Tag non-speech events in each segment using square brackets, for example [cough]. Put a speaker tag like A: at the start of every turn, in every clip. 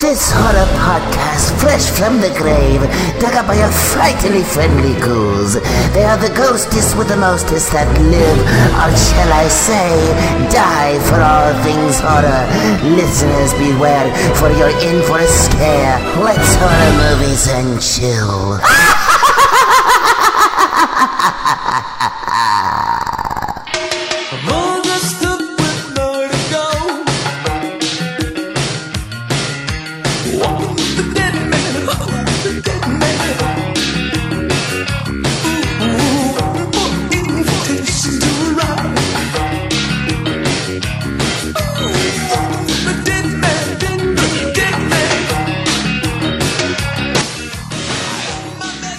A: This horror podcast, fresh from the grave, dug up by your frightfully friendly ghouls. They are the ghostest with the mostest that live, or shall I say, die for all things horror. Listeners, beware, for you're in for a scare. Let's horror movies and chill.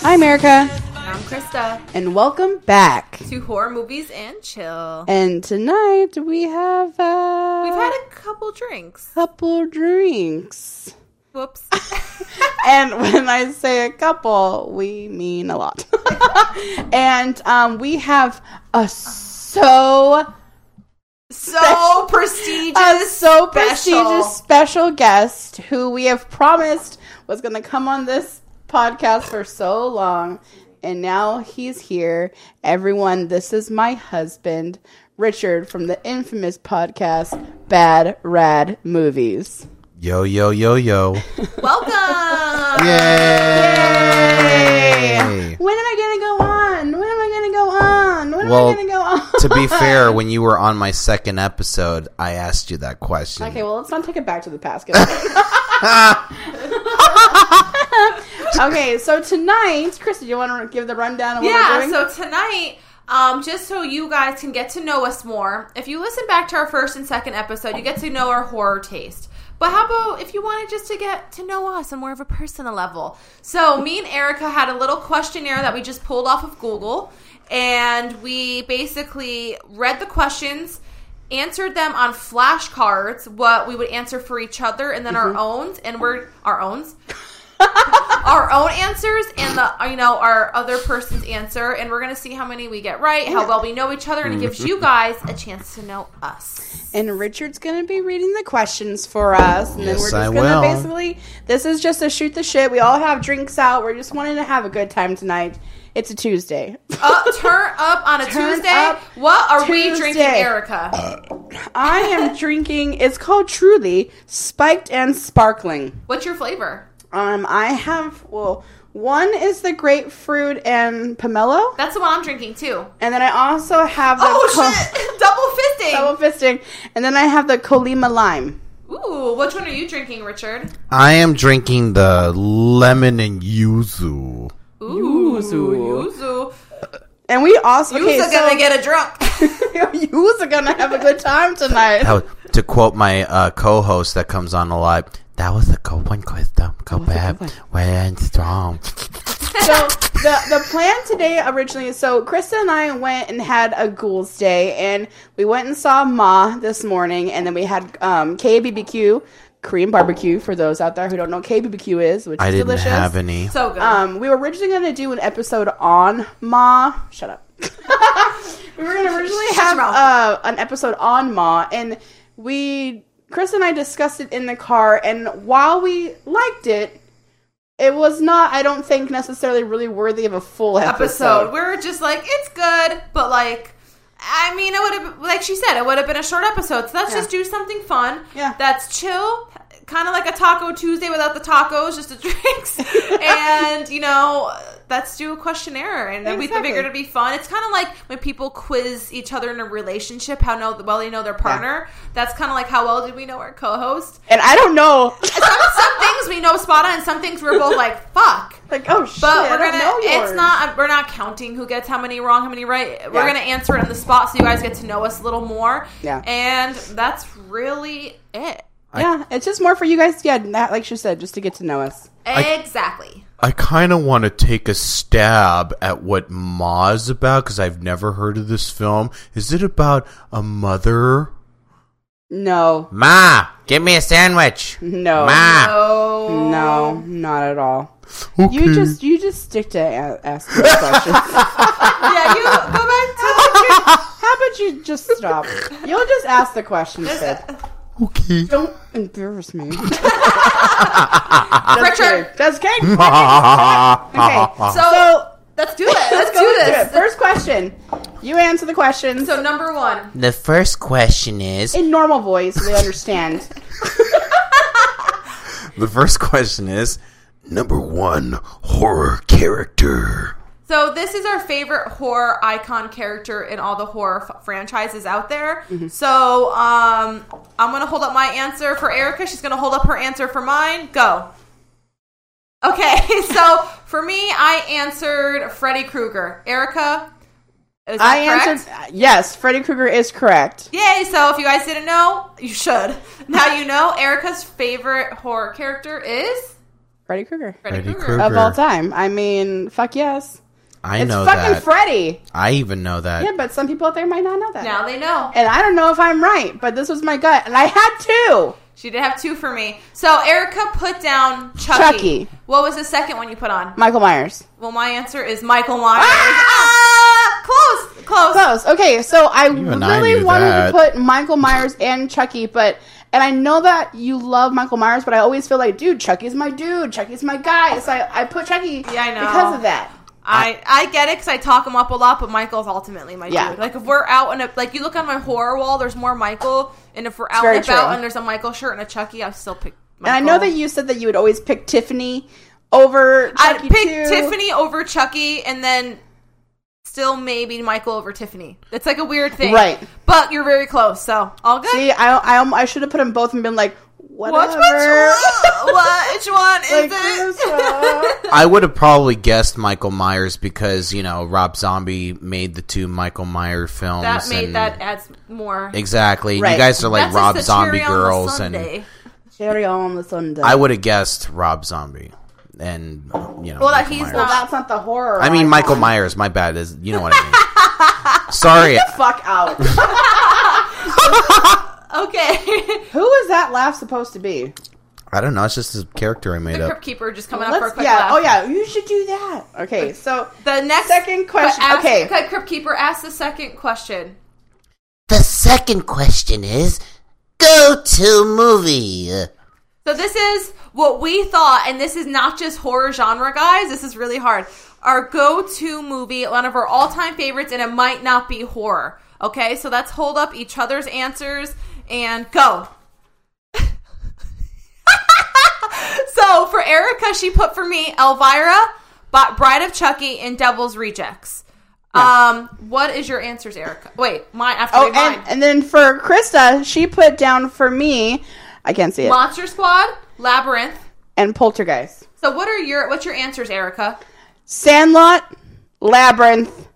B: Hi, America,
C: I'm Krista
B: and welcome back.
C: to horror movies and chill.
B: And tonight we have uh,
C: We've had a couple drinks.
B: couple drinks.
C: Whoops.
B: And [laughs] when I say a couple, we mean a lot. [laughs] and um, we have a so
C: so prestigious.
B: a so
C: special.
B: prestigious special guest who we have promised was going to come on this podcast for so long, and now he's here. Everyone, this is my husband, Richard, from the infamous podcast Bad Rad Movies.
D: Yo, yo, yo, yo.
C: Welcome.
D: Yay!
B: When am I going to go on? When am I going to go on? When
D: Well,
B: am I going to go on?
D: to be fair, when you were on my second episode, I asked you that question.
B: Okay, well, let's not take it back to the past. 'cause- [laughs] okay, so tonight, Krista, do you want to give the rundown of what we're
C: Yeah,
B: doing?
C: so tonight, um, just so you guys can get to know us more, if you listen back to our first and second episode, you get to know our horror taste. But how about if you wanted just to get to know us on more of a personal level? So, me and Erica had a little questionnaire that we just pulled off of Google, and we basically read the questions, answered them on flashcards, what we would answer for each other, and then our owns, and we're our owns our own answers and the you know our other person's answer and we're gonna see how many we get right how well we know each other and it gives you guys a chance to know us
B: And Richard's going to be reading the questions for us. And then
D: Yes,
B: we're
D: I
B: just going
D: will.
B: to basically, this is just a shoot the shit. We all have drinks out. We're just wanting to have a good time tonight. It's a Tuesday. [laughs]
C: uh, turn up on a
B: Turn
C: tuesday
B: up
C: what are we
B: Tuesday.
C: drinking erica
B: I am drinking, it's called Truly Spiked and Sparkling.
C: what's your flavor
B: Um, I have, well, one is the grapefruit and pomelo.
C: that's the one i'm drinking too
B: And then I also have the
C: oh
B: co-
C: shit [laughs] double
B: [laughs] double fisting. And then I have the Colima lime.
C: fisting ooh which one are you drinking richard
D: I am drinking the lemon and yuzu.
C: ooh yuzu yuzu
B: And we also okay, so
C: gonna get a drunk
B: [laughs] yous are gonna have a good time tonight.
D: That was- to quote my uh, co host that comes on a lot, that was a good one, Krista. Go back. Way and strong.
B: so the the plan today originally so Krista and I went and had a ghouls day and we went and saw Ma this morning and then we had um KBBQ Korean barbecue for those out there who don't know what KBBQ is, which
D: I
B: is
D: didn't
B: delicious.
D: have any.
C: so good
B: Um, we were originally going to do an episode on Ma. Shut up. we were going to originally have
C: your mouth.
B: uh, an episode on Ma, and we, Chris and I discussed it in the car, and while we liked it, it was not, I don't think, necessarily really worthy of a full
C: episode.
B: episode.
C: We were just like, it's good, but like, I mean, it would have, like she said, it would have been a short episode. So let's just do something fun.
B: Yeah.
C: That's chill, kind of like a Taco Tuesday without the tacos, just
B: [laughs]
C: the drinks. and, you know, let's do a questionnaire. And then we
B: Exactly.
C: figured it'd be fun. It's kind of like when people quiz each other in a relationship, how know, well they know their partner. That's kind of like how well did we know our co host.
B: And I don't know. [laughs]
C: Some, some things we know spot on, and some things we're both like, fuck.
B: like, oh shit.
C: But
B: I
C: we're
B: don't
C: gonna.
B: know yours.
C: It's not. We're not counting who gets how many wrong, how many right. We're
B: Yeah.
C: gonna answer it on the spot, so you guys get to know us a little more.
B: Yeah.
C: And that's really it.
B: Yeah, it's just more for you guys, yeah, that, like she said, just to get to know us.
C: exactly.
D: I kind of want to take a stab at what Ma's about because I've never heard of this film. Is it about a mother?
B: No,
D: Ma, give me a sandwich.
B: no.
D: Ma.
C: Oh
B: No, not at all.
D: Okay.
B: You just you just stick to a- asking
D: [laughs]
B: me questions. How
C: yeah, you
B: [laughs]
C: go back to.
B: about you just stop?
C: uh,
B: You'll just ask the questions. Sid.
D: okay.
C: [laughs]
B: Don't embarrass me. Just kidding.
C: Richard,
B: Just
D: [laughs]
B: kidding. Okay.
C: so,
B: So
C: let's do it. Let's
B: let's
C: do
B: do it.
C: this.
B: First question. You answer the question
C: So number one.
A: The first question is
B: in normal voice. We understand.
D: The first question is number one horror character.
C: So this is our favorite horror icon character in all the horror f- franchises out there.
B: Mm-hmm.
C: So um, I'm gonna hold up my answer for Erica. She's gonna hold up her answer for mine. Go. Okay, [laughs] so for me, I answered Freddy Krueger. Erica, is that
B: I
C: correct?
B: answered yes. Freddy Krueger is correct.
C: Yay! So if you guys didn't know, you should. [laughs] Now you know. Erica's favorite horror character is
B: Freddy Krueger
C: Freddy,
D: Freddy
C: Krueger.
D: Krueger.
B: of all time. I mean, fuck yes.
D: I
B: It's
D: know
B: fucking
D: that.
B: Freddy.
D: I even know that.
B: Yeah, but some people out there might not know that.
C: Now they know.
B: And I don't know if I'm right, but this was my gut, and I had two.
C: She did have two for me. So Erica put down Chucky.
B: Chucky.
C: What was the second one you put on?
B: Michael Myers.
C: Well, my answer is Michael Myers.
B: Ah!
C: Ah! Close, close.
B: Close. Okay, so I
D: and I
B: really
D: knew
B: wanted
D: that.
B: to put Michael Myers and Chucky, but and I know that you love Michael Myers, but I always feel like, dude, Chucky's my dude. Chucky's my guy. So I, I put Chucky
C: Yeah, I know.
B: because of that.
C: I I get it because I talk him up a lot, but Michael's ultimately my
B: Yeah.
C: dude. Like if we're out and like you look on my horror wall, there's more Michael, and if we're out
B: very
C: and about
B: true.
C: and there's a Michael shirt and a Chucky, I still pick.
B: And
C: Michael.
B: I know that you said that you would always pick Tiffany over
C: I'd
B: Chucky
C: pick
B: too.
C: Tiffany over Chucky, and then still maybe Michael over Tiffany. It's like a weird thing,
B: Right.
C: But you're very close, so all good.
B: See, I I, I should have put them both and been like,
C: Which,
B: whatever.
C: which
B: [laughs]
C: one? Which one is
B: Like,
C: [laughs] it?
B: this one.
D: I would have probably guessed Michael Myers because, you know, Rob Zombie made the two Michael Myers films.
C: That made
D: and-
C: that adds more.
D: Exactly.
B: Right.
D: You guys are like
C: That's
D: Rob
C: just a
D: Zombie
C: cherry on the
D: girls. And
C: sundae.
B: Cherry on the Sunday.
D: I would have guessed Rob Zombie. And, you know.
C: Well, that
D: Michael
C: he's
D: Myers.
B: well,
C: not-
B: that's not the horror.
D: I mean,
B: one.
D: Michael Myers. My bad. Is You know what I
C: [laughs]
D: mean. Sorry.
B: Fuck
D: [laughs]
B: out.
C: okay.
B: Who is that laugh supposed to be?
D: I don't know. It's just a character I made
C: the
D: up.
C: Crypt Keeper just coming up for a
B: Let's,
C: quick
B: yeah.
C: laugh.
B: Oh yeah. You should do that. Okay. So
C: The next
B: Second question.
C: Ask,
B: Okay.
C: Crypt Keeper, ask the second question.
A: the second question is go to movie.
C: So this is what we thought, and this is not just horror genre, guys. This is really hard. Our go-to movie, one of our all-time favorites, and it might not be horror. Okay, so let's hold up each other's answers and go. [laughs] so for Erica, she put for me Elvira, Bi- Bride of Chucky, and Devil's Rejects. Um, what is your answers, Erica? Wait, mine after
B: oh,
C: we mine.
B: and and then for Krista, she put down for me. I can't see it.
C: Monster Squad, Labyrinth.
B: And Poltergeist,
C: So what are your what's your answers, Erica?
B: Sandlot, Labyrinth,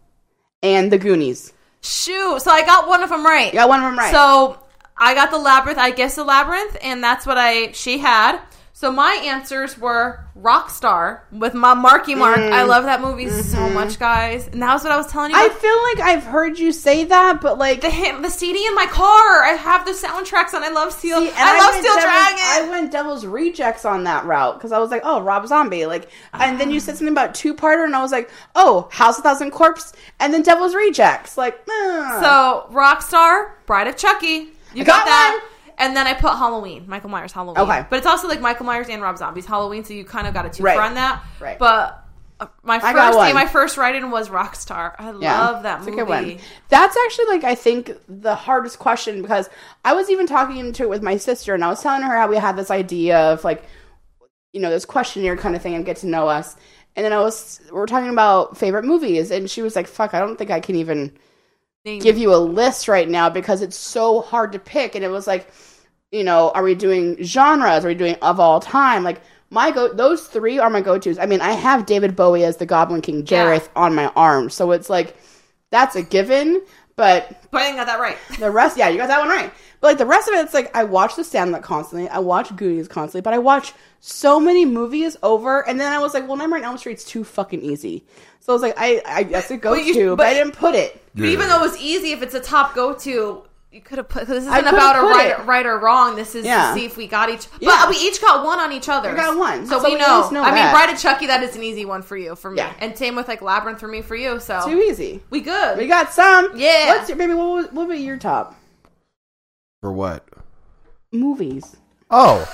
B: and The Goonies.
C: Shoot. So I got one of them right.
B: You got one of them right.
C: So I got the labyrinth. I guess the labyrinth, and that's what I she had. So my answers were Rockstar with my Marky Mark. I love that movie so much, guys. And that was what I was telling you.
B: Mm. Mm-hmm. I
C: About.
B: feel like I've heard you say that, but like
C: the hit, the CD in my car. I have the soundtracks on. I love Steel.
B: See, and
C: I, love
B: went
C: Steel
B: Devil's-
C: Dragon.
B: I went Devil's Rejects on that route because I was like, oh, Rob Zombie, like, and then you said something about two parter, and I was like, oh, House of Thousand Corpse, and then Devil's Rejects, like, eh.
C: so Rockstar, Bride of Chucky. You got,
B: got
C: that.
B: one.
C: And then I put Halloween, Michael Myers Halloween.
B: Okay.
C: but it's also like Michael Myers and Rob Zombie's Halloween, so you kind of got a two
B: Right.
C: for on that.
B: Right.
C: But uh, my
B: I got
C: first
B: one.
C: day, my first write-in was Rockstar. I love that
B: it's
C: movie.
B: a good one. That's actually like I think the hardest question because I was even talking into it with my sister and I was telling her how we had this idea of like you know this questionnaire kind of thing and get to know us. And then I was we we're talking about favorite movies and she was like, "Fuck, I don't think I can even
C: Name.
B: give you a list right now because it's so hard to pick." And it was like, you know, are we doing genres? Are we doing of all time? Like my go those three are my go tos. I mean, I have David Bowie as the Goblin King
C: Yeah.
B: Jareth on my arm, so it's like that's a given. But
C: But I didn't got that right.
B: the rest, yeah, you got that one right. But like the rest of it, it's like I watch The Sandlot constantly, I watch Goonies constantly, but I watch so many movies over, and then I was like, well, Nightmare on Elm Street's too fucking easy. So I was like, I, I that's a go
C: you-
B: to, but, I
C: but-
B: didn't put it.
C: But even though it was easy, if it's a top go-to, you could have put. 'cause This
B: I
C: isn't
B: could've
C: about a
B: put
C: right,
B: it.
C: right or wrong. This is
B: Yeah.
C: to see if we got each.
B: Yeah.
C: But we each got one on each other.
B: We got one.
C: so,
B: So
C: we
B: we at
C: know.
B: least know
C: I mean,
B: that.
C: Bride of Chucky. That is an easy one for you, for me,
B: Yeah.
C: and same with like Labyrinth for me, for you. So
B: Too easy.
C: we good.
B: We got some.
C: Yeah.
B: What's your baby? What would, what would be your top
D: For what?
B: movies?
D: Oh.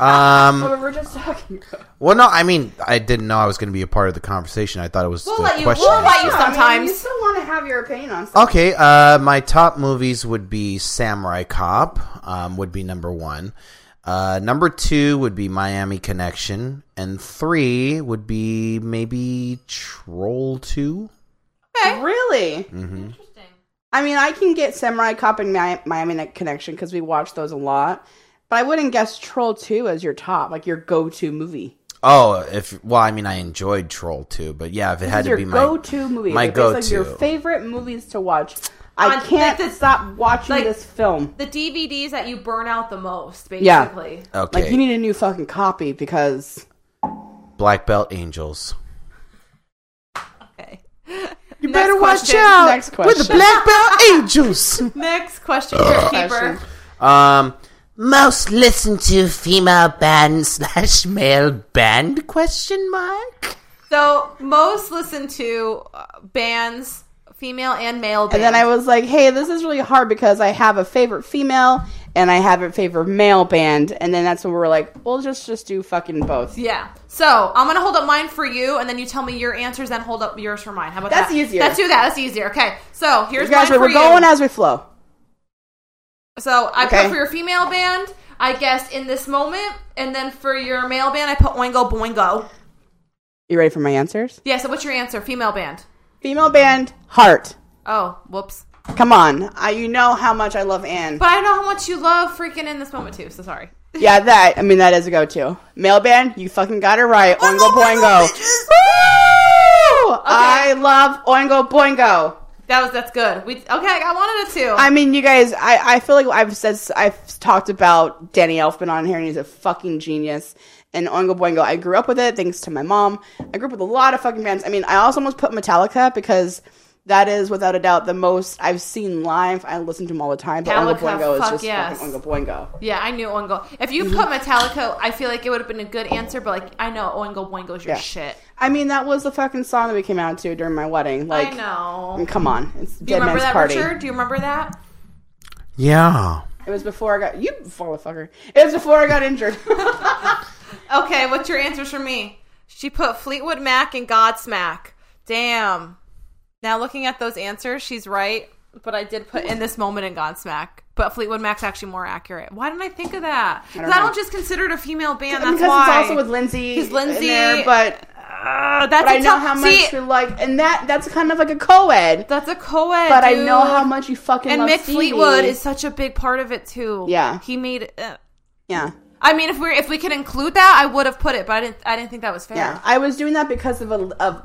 D: Um,
B: What we're just talking about.
D: well, no, I mean, I didn't know I was going to be a part of the conversation. I thought it was
C: We'll
D: the
C: let you-
D: question.
C: we'll let you-
B: Yeah, I mean,
C: sometimes.
B: you still want to have your opinion on stuff.
D: Okay, uh, my top movies would be Samurai Cop, um, would be number one. Uh, number two would be Miami Connection, and three would be maybe Troll Two.
C: Okay.
B: Really?
D: Mm-hmm.
C: Interesting.
B: I mean, I can get Samurai Cop and Mi- Miami Night Connection because we watch those a lot, but I wouldn't guess Troll 2 as your top, like your go to movie.
D: Oh, if well, I mean, I enjoyed Troll Two, but yeah, if it had to
B: your
D: be my
B: go-to movie.
D: my
B: Like, it's like your
D: go-to.
B: favorite movies to watch. I
C: On-
B: can't
C: like the-
B: stop watching
C: like-
B: this film.
C: The DVDs that you burn out the most,
B: Yeah.
C: basically.
D: okay,
B: Like you need a new fucking copy because
D: Black Belt Angels.
C: Okay.
D: You
C: Next
D: better watch
C: question.
D: out
B: Next
D: with the
B: question.
D: Black Belt Angels.
C: Next question, your keeper.
B: Question.
D: Um,
A: Most listened to female band slash male band question mark?
C: So most listened to uh, bands, female and male. Bands.
B: And then I was like, hey, this is really hard because I have a favorite female and I have a favorite male band. And then that's when we were like, we'll just just do fucking both.
C: Yeah. So I'm gonna hold up mine for you, and then you tell me your answers, then hold up yours for mine. How about
B: That's
C: that?
B: easier.
C: Let's do that. That's easier. Okay. So here's
B: Guys,
C: mine
B: we're
C: for
B: going
C: you.
B: as we flow.
C: so I
B: Okay.
C: put for your female band, I guess in this moment, and then for your male band, I put Oingo Boingo.
B: You ready for my answers?
C: Yeah. So what's your answer? Female band.
B: Female band, Heart.
C: Oh, whoops.
B: Come on. I, you know how much I love
C: [laughs]
B: Anne.
C: But I know how much you love freaking in this moment too. So sorry.
B: yeah, that, I mean, that is a go to. Male band, you fucking got it right. Oingo Boingo. Woo! I love Oingo Boingo.
C: That was that's good. We okay. I wanted it too.
B: I mean, you guys, I, I feel like I've said I've talked about Danny Elfman on here, and he's a fucking genius. And Oingo Boingo, I grew up with it thanks to my mom. I grew up with a lot of fucking bands. I mean, I also almost put Metallica because that is without a doubt the most I've seen live. I listen to them all the time, but Oingo
C: Metallica,
B: Boingo is
C: fuck
B: just
C: yes.
B: fucking Oingo Boingo.
C: Yeah, I knew Oingo. If you put
B: Mm-hmm.
C: Metallica, I feel like it would have been a good answer, but like I know Oingo Boingo's your
B: Yeah.
C: shit.
B: I mean, that was the fucking song that we came out to during my wedding. Like,
C: I
B: I mean,
C: know.
B: come on, it's
C: Do you
B: Dead
C: remember
B: Man's
C: that,
B: Party.
C: Richard? Do you remember that?
D: yeah.
B: It was before I got you, motherfucker. It was before I got
C: [laughs]
B: injured.
C: Okay, what's your answers for me? She put Fleetwood Mac and Godsmack. Damn. Now looking at those answers, she's right, but I did put in this moment in Godsmack. But Fleetwood Mac's actually more accurate. Why didn't I think of that? 'Cause I don't,
B: know.
C: just consider it a female band. That's
B: because
C: why.
B: it's also with Lindsay.
C: Because Lindsay-
B: in there, but
C: Uh, that's
B: but
C: a
B: I know
C: tough-
B: how much
C: See,
B: you like, and that that's kind of like a co-ed.
C: that's a co-ed.
B: But I know
C: dude.
B: how much you fucking
C: and
B: love
C: Mick
B: Stevie.
C: Fleetwood is such a big part of it too.
B: Yeah.
C: he made. Uh,
B: yeah,
C: I mean, if we are if we could include that, I would have put it, but I didn't. I didn't think that was fair.
B: yeah. I was doing that because of a, of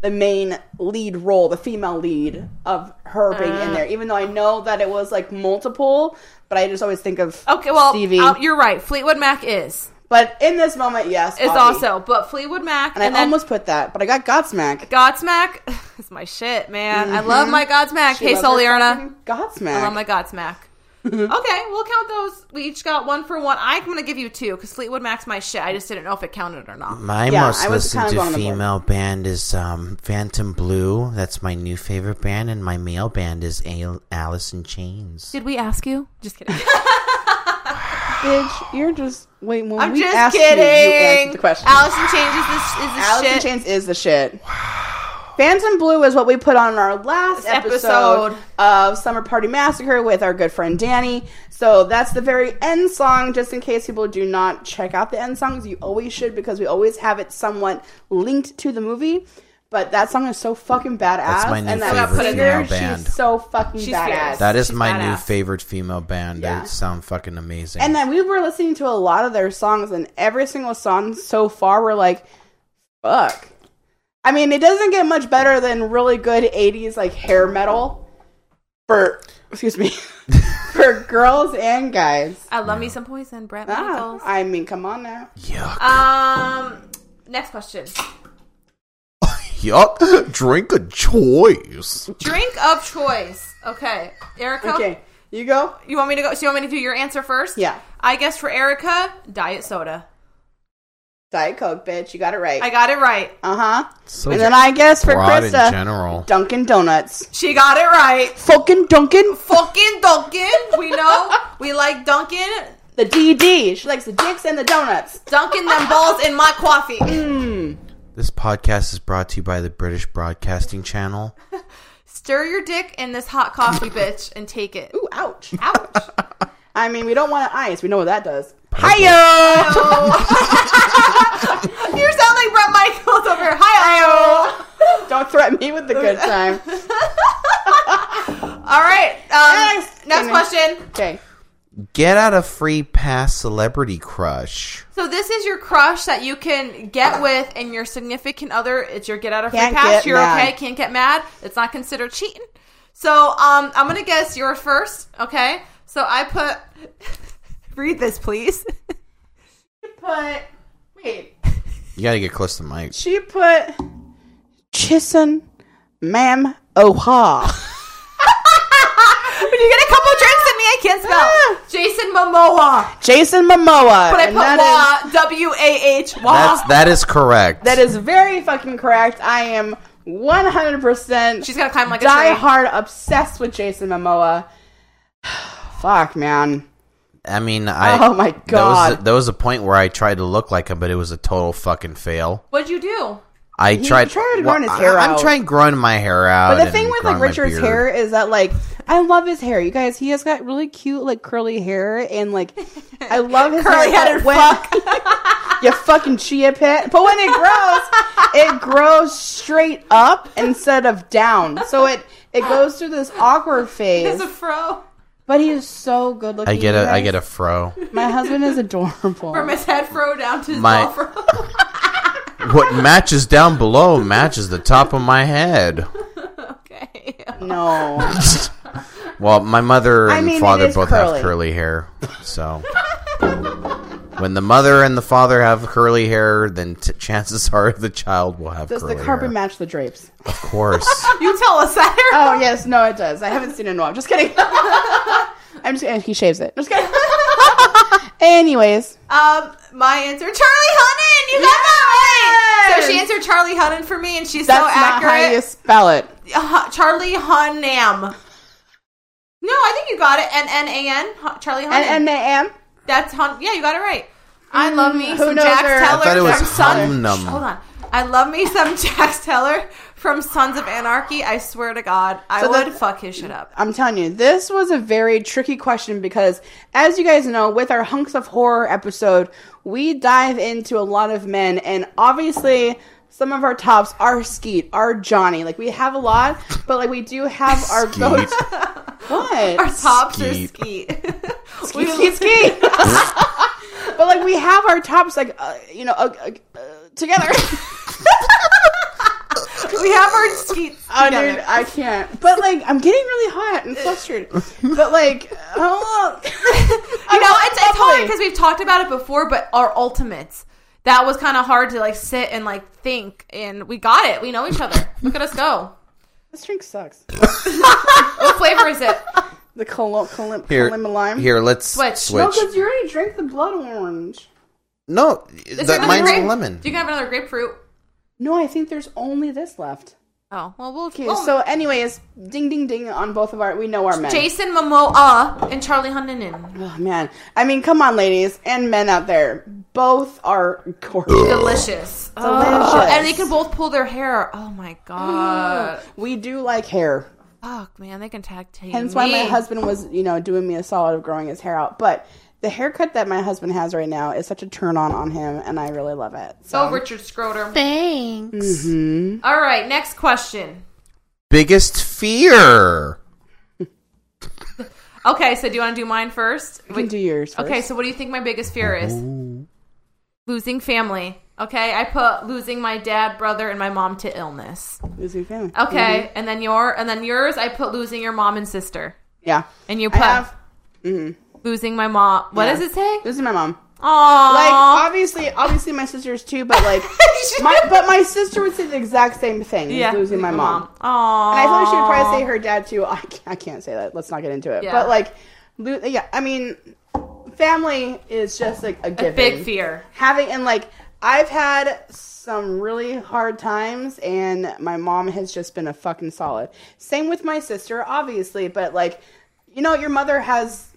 B: the main lead role, the female lead of her being in
C: Uh.
B: there. Even though I know that it was like multiple, but I just always think of
C: Okay, well,
B: Stevie.
C: uh, you're right. Fleetwood Mac is
B: but in this moment, yes,
C: is
B: Ozzy.
C: also, but Fleetwood Mac
B: And I almost put that, but I got Godsmack.
C: Godsmack [laughs] is my shit, man. I love my Godsmack.
B: Mm-hmm. She
C: hey,
B: loves her
C: Solierna,
B: fucking Mm-hmm. Godsmack.
C: I love my Godsmack. okay, we'll count those. We each got one for one. I'm gonna give you two because Fleetwood Mac's my shit. I just didn't know if it counted or not.
D: My
B: Yeah,
D: most
B: I was
D: listened
B: kinda
D: to
B: going on the board.
D: female band is um, Phantom Blue. That's my new favorite band, and my male band is Al- Alice in Chains.
C: Did we ask you? Just kidding.
B: Bitch, you're just wait. When
C: I'm
B: we
C: just
B: asked you,
C: kidding.
B: You, answered the question.
C: Alice in Chains is the, is the
B: Alice in
C: shit.
B: Chains is the shit. Phantom Blue is what we put on our last episode,
C: episode.
B: of Summer Party Massacre with our good friend Danny. So that's the very end song, just in case people do not check out the end songs. You always should because we always have it somewhat linked to the movie. But that song is so fucking badass.
D: That's my new
B: and that
D: favorite
B: singer,
D: female band.
B: she's so fucking
C: She's
B: badass.
C: fierce.
D: That is
C: She's
D: my new
C: badass.
D: favorite female band. They sound fucking amazing.
B: And then we were listening to a lot of their songs, and every single song so far, we're like, fuck. I mean, it doesn't get much better than really good 80s like hair metal for, excuse me, [laughs] for girls and guys.
C: I love me some poison, Brett
B: Ah,
C: Michaels.
B: I mean, come on now.
D: yuck,
C: Um, next question.
D: yuck. [laughs] Drink a choice.
C: Drink of choice. Okay, Erica.
B: Okay, you go.
C: You want me to go? So you want me to do your answer first?
B: Yeah.
C: I guess for Erica, diet soda.
B: Diet Coke, bitch. You got it
C: I
B: right.
C: got it right.
B: Uh huh.
D: So
B: And then I guess for
D: broad in
B: Krista,
D: general.
B: Dunkin' Donuts.
C: She got it right.
B: Fucking Dunkin'.
C: Fucking Dunkin'. We know we like Dunkin'.
B: The DD. She likes the dicks and the donuts.
C: Dunking them balls in my coffee.
B: Mm.
D: This podcast is brought to you by the British Broadcasting Channel.
C: Stir your dick in this hot coffee, bitch, and take it.
B: Ooh, ouch.
C: Ouch.
B: I mean, we don't want to ice. We know what that does. Hiyo!
C: [laughs] You sound like Brett Michaels over here. Hi,
B: Don't threaten me with the good time.
C: All right. Um,
B: Next.
C: next question.
B: Okay.
D: Get out of free pass celebrity crush.
C: So this is your crush that you can get with, and your significant other. It's your get out of free
B: Can't
C: pass.
B: get
C: You're
B: mad.
C: okay. Can't get mad. It's not considered cheating. So um, I'm gonna guess you're first. Okay. So I put. [laughs] Read this, please.
B: Put. Wait.
D: You gotta get close to the mic.
B: She put Chisson Mam Oha.
C: [laughs] When you get a couple drinks in me, I can't spell.
B: Ah.
C: Jason Momoa.
B: Jason Momoa.
C: But I
B: And that is-
C: put Wah. W A H Wah.
D: That's that is correct.
B: That is very fucking correct. I am 100%
C: She's gonna climb like a
B: die
C: tree.
B: hard obsessed with Jason Momoa. [sighs] Fuck, man.
D: I mean, I
B: Oh my
D: There was, a,
B: God.
D: there was a point where I tried to look like him, but it was a total fucking fail.
C: What'd you do?
D: I tried
B: tried to grow his hair
D: I, am
B: out.
D: trying growing my hair out.
B: But the
D: and
B: thing with like
D: growing my
B: Richard's
D: beard.
B: hair is that like I love his hair. You guys, he has got really cute like curly hair and like I love his hair,
C: Curly-headed
B: but [laughs] you fucking chia pet. But when it grows, it grows straight up instead of down. So it it goes through this awkward phase.
C: It's a fro.
B: But he is so good looking.
D: I get a I get
B: it.
D: a fro.
B: My husband is adorable.
C: From his head fro down to his
D: My-
C: ball fro. [laughs]
D: what matches down below matches the top of my head. [laughs]
C: okay.
B: no.
D: Well, my mother and
B: mean, it
D: father
B: is
D: both
B: curly.
D: have curly hair, so when the mother and the father have curly hair, then t- chances are the child will have
B: Does
D: curly
B: the carpet
D: hair.
B: match the drapes?
D: of
B: [laughs]
D: course.
C: You tell us that.
B: Oh yes, no, it does. I haven't seen it in a while. Just kidding. [laughs] I'm just kidding. He shaves it. Just kidding. [laughs] Anyways,
C: Um, my answer, Charlie Hunnam. You got that right. So she answered Charlie Hunnam for me, and she's
B: that's
C: so
B: not how you
C: accurate.
B: spell it.
C: Uh, Charlie Hunnam. No, I think you got it. N N A N. Hu- Charlie Hunnam.
B: And and they am.
C: That's Hun. Yeah, you got it right. I love me
B: Mm, who
C: some
B: knows
C: Jax
B: her? I
C: Teller.
D: thought it was
C: from Son-
D: Hunnam.
C: Shh, Hold on. I love me some [laughs] Jax Teller from Sons of Anarchy. I swear to God, I
B: So the-
C: would fuck his shit up.
B: I'm telling you, this was a very tricky question because, as you guys know, with our Hunks of Horror episode, we dive into a lot of men, and obviously, some of our tops are Skeet, are Johnny. Like, we have a lot, but, like, we do have our go
D: Skeet.
B: What?
C: Our tops are
D: Skeet.
C: skeet. [laughs]
B: We skeet skeet. [laughs] but like we have our tops like uh, you know uh, uh, uh, together.
C: we have our skeet.
B: [laughs] oh,
C: [laughs] together.
B: dude, I can't. But like I'm getting really hot and flustered. But like, [laughs] oh,
C: [laughs] you know, it's, it's hard because we've talked about it before, but our ultimates. That was kind of hard to like sit and like think, and we got it. We know each other. Look at us go.
B: this drink sucks.
C: What flavor is it?
B: The colo colo
D: Here,
B: colo lime.
D: here, let's
C: Switch.
D: switch.
B: No, because you already drank the blood orange.
D: No,
C: Is there
D: that
C: another
D: mine's
C: grape?
D: lemon.
C: Do you have another grapefruit?
B: No, I think there's only this left.
C: Oh well, we'll.
B: Okay,
C: we'll
B: so anyways, ding ding ding on both of our. We know our men.
C: Jason Momoa and Charlie Hunnam.
B: Oh man, I mean, come on, ladies and men out there, both are gorgeous.
C: Delicious. Oh,
B: Delicious.
C: and they can both pull their hair. Oh my god.
B: we do like hair.
C: Fuck man, they can tag team.
B: Hence why my
C: me.
B: husband was, you know, doing me a solid of growing his hair out. But the haircut that my husband has right now is such a turn on on him, and I really love it. So
C: Go Richard Scroder. Thanks.
B: Mm-hmm.
C: All right, next question.
D: Biggest fear.
C: Okay, so do you want to do mine first?
B: we can do yours. First.
C: Okay, so what do you think my biggest fear is? Losing family. Okay, I put losing my dad, brother, and my mom to illness.
B: Is your family?
C: Okay,
B: Mm-hmm.
C: and then your and then yours, I put losing your mom and sister.
B: Yeah.
C: And you
B: I
C: put
B: have.
C: losing my mom. What
B: Yeah.
C: does it say?
B: This is my mom. Like
C: Aww.
B: obviously, obviously my sisters too, but
C: [laughs]
B: like my but my sister would say the exact same thing. Yeah, losing my mom.
C: Aww.
B: And I feel like she would probably say her dad too. I can't, I can't say that. Let's not get into it.
C: Yeah.
B: But like, lo- yeah, I mean, family is just like a,
C: a
B: given.
C: big fear.
B: having and like I've had some really hard times and my mom has just been a fucking solid. Same with my sister, obviously, but like you know, your mother has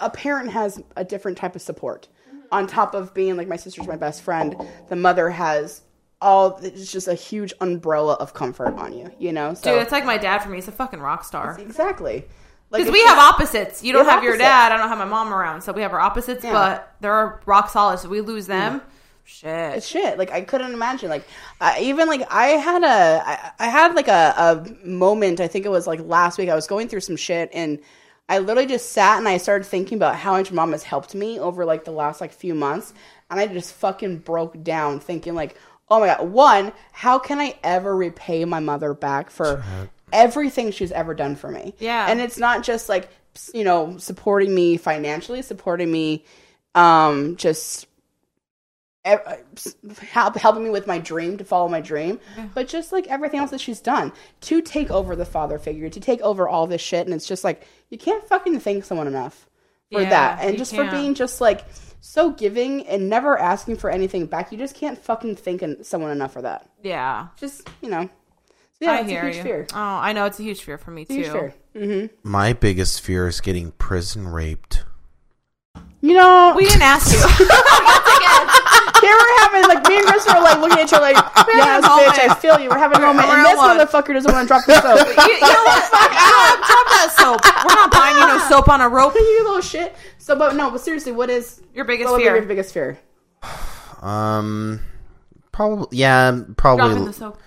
B: a parent has a different type of support.
C: Mm-hmm.
B: On top of being like my sister's my best friend, the mother has all. It's just a huge umbrella of comfort on you. You know, so
C: Dude, it's like my dad for me. He's a fucking rock star.
B: exactly. Like
C: Because
B: if
C: we
B: you-
C: have opposites. You don't
B: have
C: have your
B: opposites.
C: dad. I don't have my mom around. So we have our opposites, but they're rock solid. So we lose them. Shit.
B: shit like i couldn't imagine like I even like i had a i, I had like a, a moment i think it was like last week i was going through some shit and i literally just sat and i started thinking about how much mom has helped me over like the last like few months and i just fucking broke down thinking like oh my god one how can i ever repay my mother back for everything she's ever done for me
C: Yeah.
B: and it's not just like s- you know supporting me financially supporting me um just ev- uh, help, helping me with my dream to follow my dream, but just like everything else that she's done to take over the father figure, to take over all this shit. And it's just like, you can't fucking thank someone enough for
C: Yeah,
B: that. And
C: you
B: just for
C: can't.
B: being just like so giving and never asking for anything back. You just can't fucking thank an- someone enough for that.
C: Yeah.
B: Just, you know. So yeah,
C: I
B: it's
C: hear
B: a huge
C: you.
B: fear.
C: Oh, I know. It's a huge fear for me, too.
B: Huge fear.
D: My biggest fear is getting prison raped.
B: You know,
C: [laughs] We
B: [laughs]
C: didn't ask you.
B: here we're having like me and Chris are like looking at each other like, yes,
C: moment.
B: bitch, I feel you. We're having a moment,
C: we're
B: and
C: at
B: this
C: one.
B: motherfucker doesn't want to drop the
C: [laughs]
B: soap.
C: you, you know what? Fuck out. Drop that soap. We're not
B: [laughs]
C: buying you no soap on a rope.
B: you little shit. So, but no, but seriously, what is
C: Your biggest
B: what would be
C: fear.
B: Your biggest fear.
D: Um, probably, yeah, probably.
C: Dropping the soap.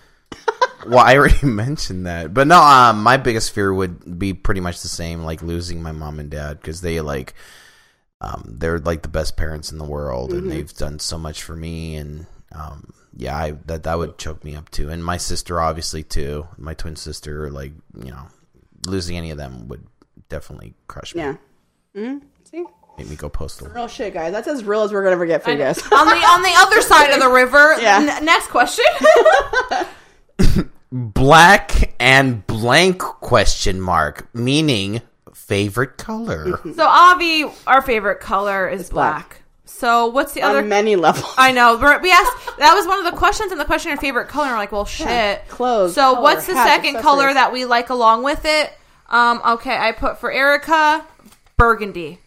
D: Well, I already [laughs] mentioned that, but no, um, my biggest fear would be pretty much the same, like losing my mom and dad because they like, um, they're like the best parents in the world, and they've done so much for me, and um, yeah, I that that would choke me up too, and my sister obviously too, my twin sister, like you know, losing any of them would definitely crush me,
B: Yeah. Hmm? See,
D: make me go postal.
B: real shit, guys. That's as real as we're gonna ever get for you guys.
C: on the on the other side of the river.
B: [laughs] Yeah.
C: N- next question. [laughs]
D: Black and blank question mark meaning favorite color.
C: so Avi, our favorite color is black. So what's the [laughs] other?
B: On many levels.
C: [laughs] I know. We're, we asked. That was one of the questions in the question. Your favorite color? And we're like, well, shit.
B: clothes,
C: So
B: color,
C: what's the
B: hats,
C: second color
B: accessories.
C: that we like along with it? Um. Okay, I put for Erica burgundy.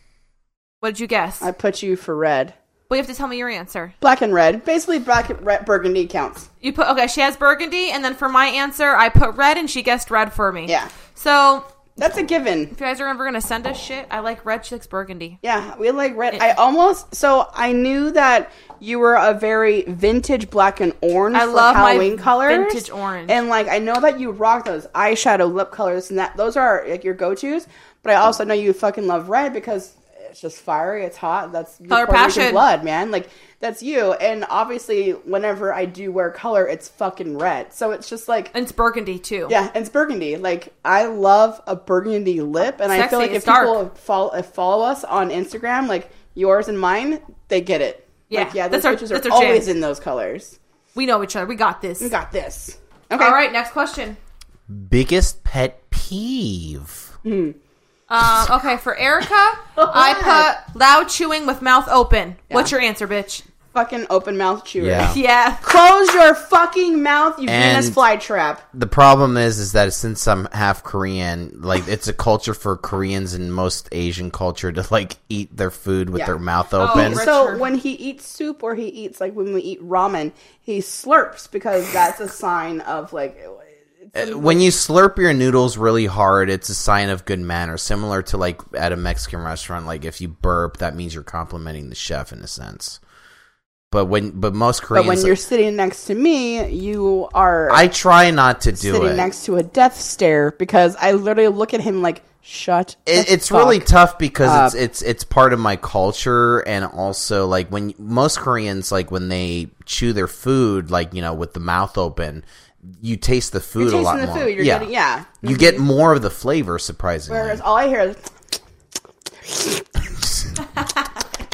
C: What did you guess?
B: I put you for red,
C: well, you have to tell me your answer.
B: black and red. Basically, black and red, burgundy counts.
C: You put okay. She has burgundy, and then for my answer, I put red, and she guessed red for me.
B: Yeah.
C: So
B: That's a given.
C: if you guys are ever gonna send us shit, I like red. She likes burgundy.
B: Yeah, we like red. I almost so I knew that you were a very vintage black and orange.
C: I
B: for
C: love my
B: Halloween colors,
C: vintage orange.
B: and like I know that you rock those eyeshadow, lip colors, and that those are like your go tos. But I also know you fucking love red because it's just fiery, it's hot. That's your
C: Color
B: Puerto Rican
C: passion.
B: blood, man. Like that's you. And obviously, whenever I do wear color, it's fucking red. So it's just like
C: And it's burgundy too.
B: yeah, and it's burgundy. Like I love a burgundy lip, and I
C: Sexy,
B: feel like if
C: it's dark.
B: people follow, if follow us on Instagram, like yours and mine, they get it.
C: Yeah,
B: like, yeah, those
C: that's our-
B: pictures
C: that's
B: are
C: our jam.
B: always in those colors.
C: We know each other. We got this.
B: We got this. Okay,
C: All right, next question.
D: Biggest pet peeve.
C: Um, okay, for Erica,
B: [laughs]
C: I put loud chewing with mouth open. What's your answer, bitch?
B: fucking open mouth [laughs] chewer.
D: Yeah.
C: Yeah.
B: Close your fucking mouth, you
D: And-
B: Venus flytrap.
D: The problem is, is that since I'm half Korean, like it's a culture for Koreans and most Asian culture to like eat their food with
B: Yeah. Oh,
D: their mouth open.
C: right.
B: So
C: Richard.
B: when he eats soup or he eats like when we eat ramen, he slurps because that's a sign of like.
D: when you slurp your noodles really hard, it's a sign of good manners. Similar to like at a Mexican restaurant, like if you burp, that means you're complimenting the chef in a sense. But when, but most
B: But
D: Koreans,
B: when you're sitting next to me, you are.
D: I try not to do
B: sitting
D: it.
B: next to a death stare because I literally look at him like, shut.
D: it,
B: the
D: it's really
B: fuck
D: tough because
B: Uh,
D: it's it's it's part of my culture and also like when most Koreans like when they chew their food like you know with the mouth open you taste the food
B: tasting
D: a lot
B: the
D: more
B: food. You're
D: yeah
B: getting yeah. Mm-hmm.
D: you get more of the flavor surprisingly
B: Whereas all I hear is.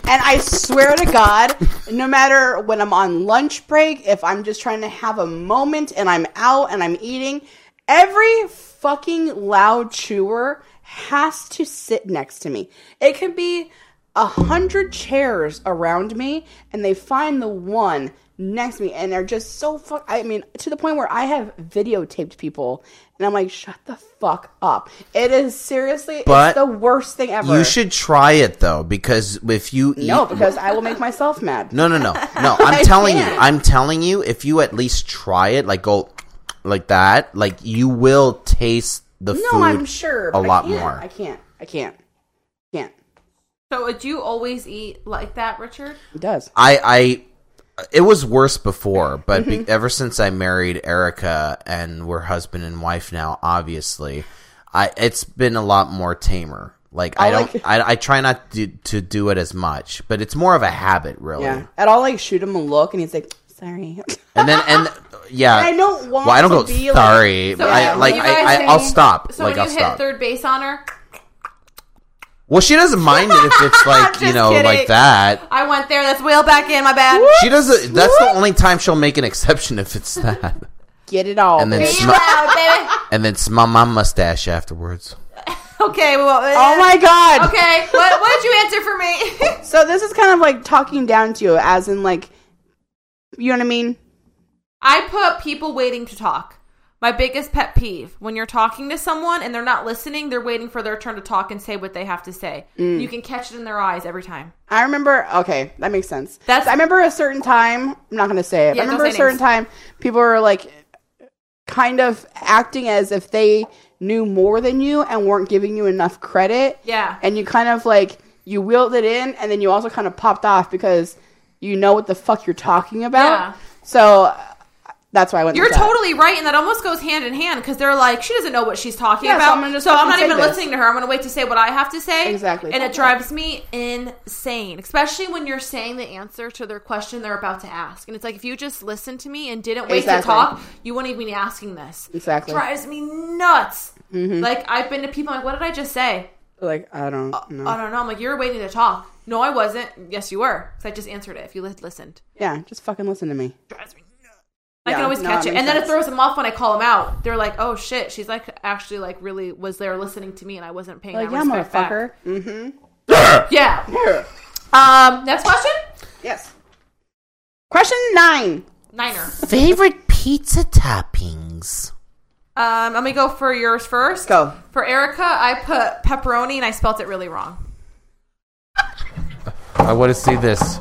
B: And I swear to God, no matter when I'm on lunch break, if I'm just trying to have a moment and I'm out and I'm eating, every fucking loud chewer has to sit next to me. It can be a hundred chairs around me and they find the one next to me and they're just so fuck I mean to the point where I have videotaped people and I'm like shut the fuck up it is seriously
D: But
B: it's the worst thing ever
D: You should try it though, because if you eat
B: no because I will make myself mad
D: No,
B: [laughs]
D: no, no, no. I'm
B: I
D: telling you.
B: can't.
D: I'm telling you. If you at least try it, like go like that, like you will taste the
B: no
D: food.
B: I'm sure
D: a
B: but I
D: lot
B: can't.
D: more.
B: I can't I can't can't
C: So would you always eat like that, Richard?
B: it does
D: I, I, it was worse before, but be, ever since I married Erica and we're husband and wife now, obviously, I it's been a lot more tamer. Like I
B: I
D: don't,
B: like-
D: I, I try not to, to do it as much, but it's more of a habit, really.
B: yeah and I'll like shoot him a look and he's like sorry [laughs]
D: And then and yeah,
B: I don't want
D: Well, I don't
B: to
D: go
B: be like-
D: sorry.
C: So
D: I
C: when
D: like
C: you
D: I,
C: guys
D: I,
C: hit-
D: I'll stop.
C: So
D: like
C: when
D: I'll
C: you hit
D: stop.
C: third base on her,
D: Well, she doesn't mind it if it's like you
C: Just
D: know, like
C: kidding.
D: that.
C: I went there. That's wheel back in. My bad.
D: She doesn't. That's the only time she'll make an exception if it's that,
B: get it all
D: and then
B: baby.
C: Be
D: sm-
C: loud, baby.
D: [laughs] and then smell my mustache afterwards.
C: Okay. Well. uh,
B: oh my god
C: Okay. What, what did you answer for me? [laughs]
B: So this is kind of like talking down to you, as in like, you know what I mean?
C: I put people waiting to talk. My biggest pet peeve when you're talking to someone and they're not listening, they're waiting for their turn to talk and say what they have to say.
B: Mm.
C: You can catch it in their eyes every time.
B: I remember. Okay, that makes sense.
C: That's-
B: I remember a certain time. I'm not going to say it.
C: Yeah,
B: I
C: don't
B: remember a
C: say
B: certain time
C: names.
B: people were like, kind of acting as if they knew more than you and weren't giving you enough credit.
C: Yeah.
B: and you kind of like you wheeled it in, and then you also kind of popped off because you know what the fuck you're talking about.
C: Yeah.
B: So uh, that's why I went.
C: You're
B: with that.
C: totally right, and that almost goes hand in hand because they're like, she doesn't know what she's talking
B: Yeah, so
C: about,
B: I'm gonna just
C: so
B: fucking
C: I'm not
B: say
C: even
B: this.
C: listening to her. I'm going to wait to say what I have to say.
B: Exactly.
C: and it
B: Okay.
C: drives me insane, especially when you're saying the answer to their question they're about to ask, and it's like if you just listened to me and didn't wait to
B: Exactly.
C: talk, you wouldn't even be asking this.
B: Exactly. Mm-hmm.
C: drives me nuts. Like I've been to people I'm like, what did I just say?
B: Like I don't know.
C: I don't know. I'm like, you're waiting to talk. No, I wasn't. Yes, you were. Because I just answered it. If you li- listened,
B: yeah, just fucking listen to me.
C: drives me nuts. I
B: Yeah,
C: can always
B: no,
C: catch
B: that
C: it,
B: makes
C: and then it
B: sense.
C: throws them off when I call them out. They're like, "Oh shit, she's like actually like really was there listening to me, and I wasn't paying."
B: Like
C: Like,
B: yeah,
C: respect back."
B: motherfucker.
C: Yeah.
B: Here.
C: Um. Next question.
B: Yes. Question nine.
C: Niner.
D: Favorite pizza toppings.
C: Um. I'm gonna go for yours first.
B: Go.
C: For Erica, I put pepperoni, and I spelt it really wrong.
D: I want to see this.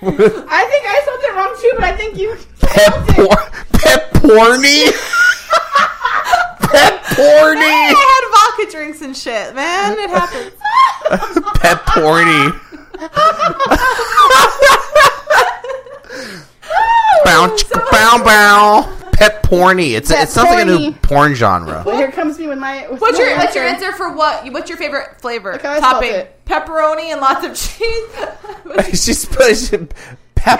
B: I think I spelled it wrong too, but I think you. [laughs]
D: Pep Pepperoni.
C: Hey,
D: Pepperoni.
C: I had vodka drinks and shit, man. It
B: [laughs]
C: happens.
D: Pepperoni. Bounce, bow, bow. Pep porny. It's it's something in a new
B: Pepperoni.
D: porn genre. [laughs]
B: Well, here comes me with my. with
C: What's
B: my
C: your what's your answer for what? What's your favorite flavor
B: how I
C: topping?
B: spelled it.
C: Pepperoni and lots of cheese. [laughs]
D: she spelled she, pep,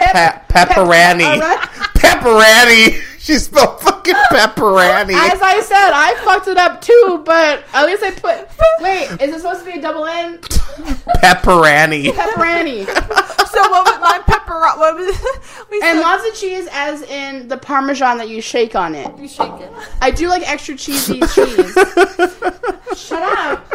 B: Pep-
D: pep, pepperani.
B: alright.
D: pepperani. [laughs] She spelled [laughs] fucking pepperani.
B: As I said, I fucked it up too, but at least I put. Wait, is it supposed to be a double N?
D: Pepperani.
B: Pepperoni
C: so what was
B: [laughs]
C: my pepper? What [laughs] was we
B: and
C: said-
B: lots of cheese, as in the Parmesan that you shake on it.
C: you shake
B: [laughs]
C: it.
B: I do like extra
C: [laughs]
B: cheesy cheese. Shut up.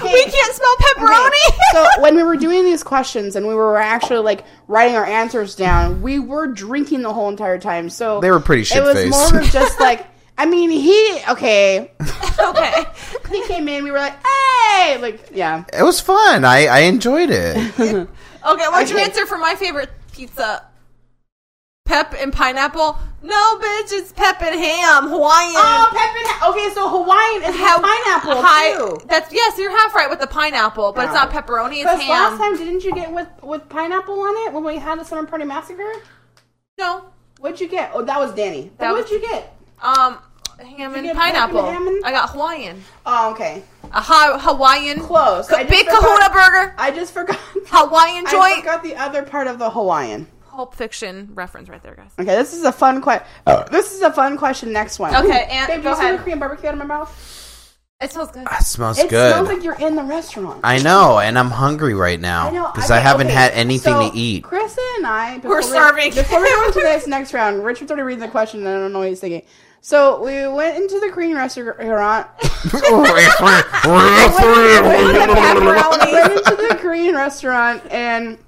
C: We can't smell pepperoni.
B: so when we were doing these questions and we were actually like writing our answers down, we were drinking the whole entire time. So
D: They were pretty
B: It was
D: shit-faced.
B: more of
D: [laughs]
B: just like I mean he okay [laughs]
C: okay.
B: he came in we were like hey like yeah
D: It was fun. I, I enjoyed
B: [laughs]
D: it.
C: Okay. What's your
B: Okay.
C: answer for my favorite pizza? Pep and pineapple? No, bitch. It's pep and ham. Hawaiian.
B: oh pepper okay so Hawaiian is
C: How-
B: pineapple
C: hi-
B: too.
C: That's yes. You're half right with the pineapple, but it's
B: Yeah.
C: not pepperoni. It's
B: Because
C: ham.
B: last time didn't you get with with pineapple on it when we had the summer party massacre?
C: no.
B: What'd you get? Oh, that was Danny.
C: That
B: what'd
C: was-
B: you get?
C: Um, ham
B: Did
C: and
B: you get
C: pineapple.
B: ham and-
C: I got Hawaiian.
B: Oh, okay,
C: A ha- Hawaiian.
B: close.
C: Ca-
B: I just
C: big
B: forgot-
C: kahuna burger.
B: I just forgot. [laughs]
C: Hawaiian
B: I
C: joint.
B: forgot the other part of the Hawaiian.
C: Pulp Fiction reference right there, guys.
B: Okay, this is a fun question. This is a fun question. Next one.
C: Okay, Aunt,
B: Babe, do
C: go
B: you see the
C: ahead.
B: Korean barbecue out of my mouth?
C: It smells good.
D: That smells
B: It
D: good.
B: smells like you're in the restaurant.
D: I know, and I'm hungry right
B: I
D: now
B: know,
D: because
B: okay,
D: I, haven't
B: okay,
D: had anything
B: so
D: to eat.
B: Krista and I. before
C: We're starving. [laughs]
B: We, before we go into this next round, Richard's already reading the question, and I don't know what he's thinking. So we went into the Korean restaurant. [laughs]
D: [laughs]
B: we went into the Korean restaurant and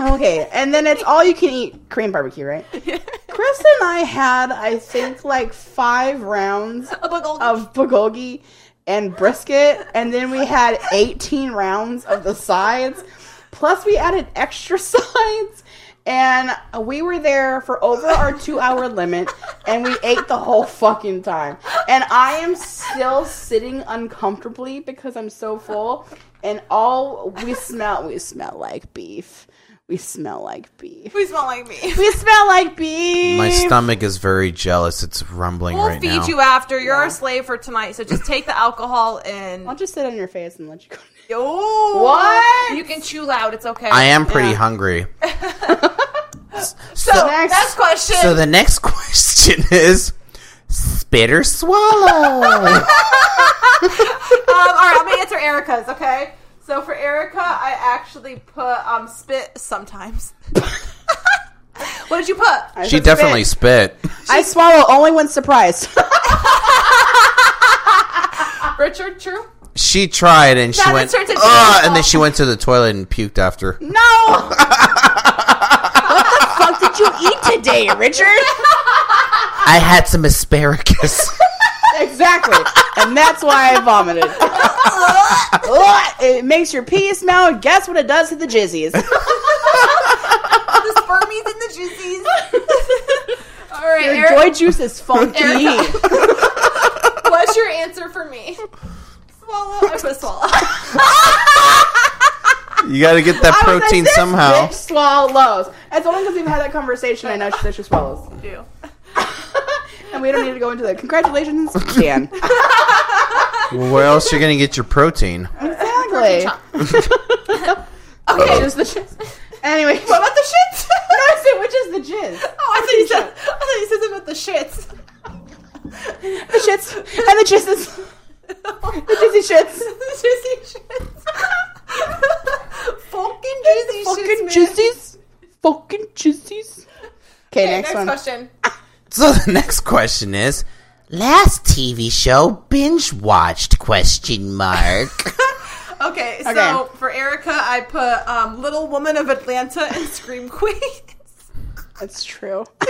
B: okay, and then it's all you can eat Korean barbecue,
C: [laughs]
B: right? Chris and I had, I think, like five rounds
C: A big old-
B: of bulgogi and brisket, and then we had 18 rounds of the sides. Plus, we added extra [laughs] sides, and we were there for over our two hour limit, and we ate the whole fucking time. And I am still sitting uncomfortably because I'm so full, and all we smell, we smell like beef. We smell like beef.
C: [laughs] Please smell like me.
B: We smell like beef.
D: My stomach is very jealous. It's
C: [laughs]
D: rumbling
C: We'll
D: right
C: feed
D: now.
C: you after. You're our slave for tonight, so just take the alcohol
B: I'll
C: and.
B: just sit on your face and let you go.
C: Oh,
B: What?
C: You can chew loud. It's okay.
D: I am pretty
B: Yeah. [laughs]
D: hungry.
C: So
B: Next.
C: next question.
D: So the next [laughs] question is spit or
B: [laughs]
D: swallow.
C: Um, all right, I'm gonna answer Erica's. Okay. So for Erica, I actually put um spit sometimes. [laughs] what did you [laughs] put?
B: I
D: she
B: said
D: definitely
B: spit.
D: spit.
B: I swallow only when surprised. [laughs]
C: Richard, true.
D: She tried and she
C: That
D: went,
C: turns into
D: "Ugh,"
C: alcohol.
D: and then she went to the toilet and
B: [laughs]
D: puked after.
B: No! what the fuck did you eat today, Richard?
D: I had some asparagus. [laughs]
B: exactly. And that's why I vomited. [laughs] Ugh, it makes your pee smell. Guess what it does to the jizzies?
C: The spermies and the jizzies. all right,
B: Your
C: Erica,
B: joy juice is funky.
C: Erica. what's your answer for me? Swallow. I put swallow.
D: you got to get that
B: I was like,
D: protein
B: this
D: somehow.
B: bitch swallows. It's only because we've had that conversation. I know she said she swallows.
C: [laughs] Do.
B: And we don't need to go into that. Congratulations, Dan.
D: Where else you're gonna get your protein?
B: [laughs]
D: [laughs]
B: Exactly.
C: Okay.
B: Which is the [laughs] jizz. Anyway. What
C: about the shits?
B: No, I said, which is the jizz?
C: Oh, I thought you said. I thought you said something about the shits.
B: [laughs] the shits and the [laughs] jizzes. The jizzy
C: [laughs]
B: shits.
C: Juicy shits. [laughs] Fucking juicy shits.
B: Fucking
C: man.
B: jizzies. Fucking jizzies. Okay,
C: Okay,
B: next,
C: next
B: one.
C: question.
D: So the next question is last TV show binge watched question mark.
C: Okay, so
B: Okay.
C: for Erica, I put um, Little Woman of Atlanta and Scream Queen.
B: [laughs] That's true. [laughs]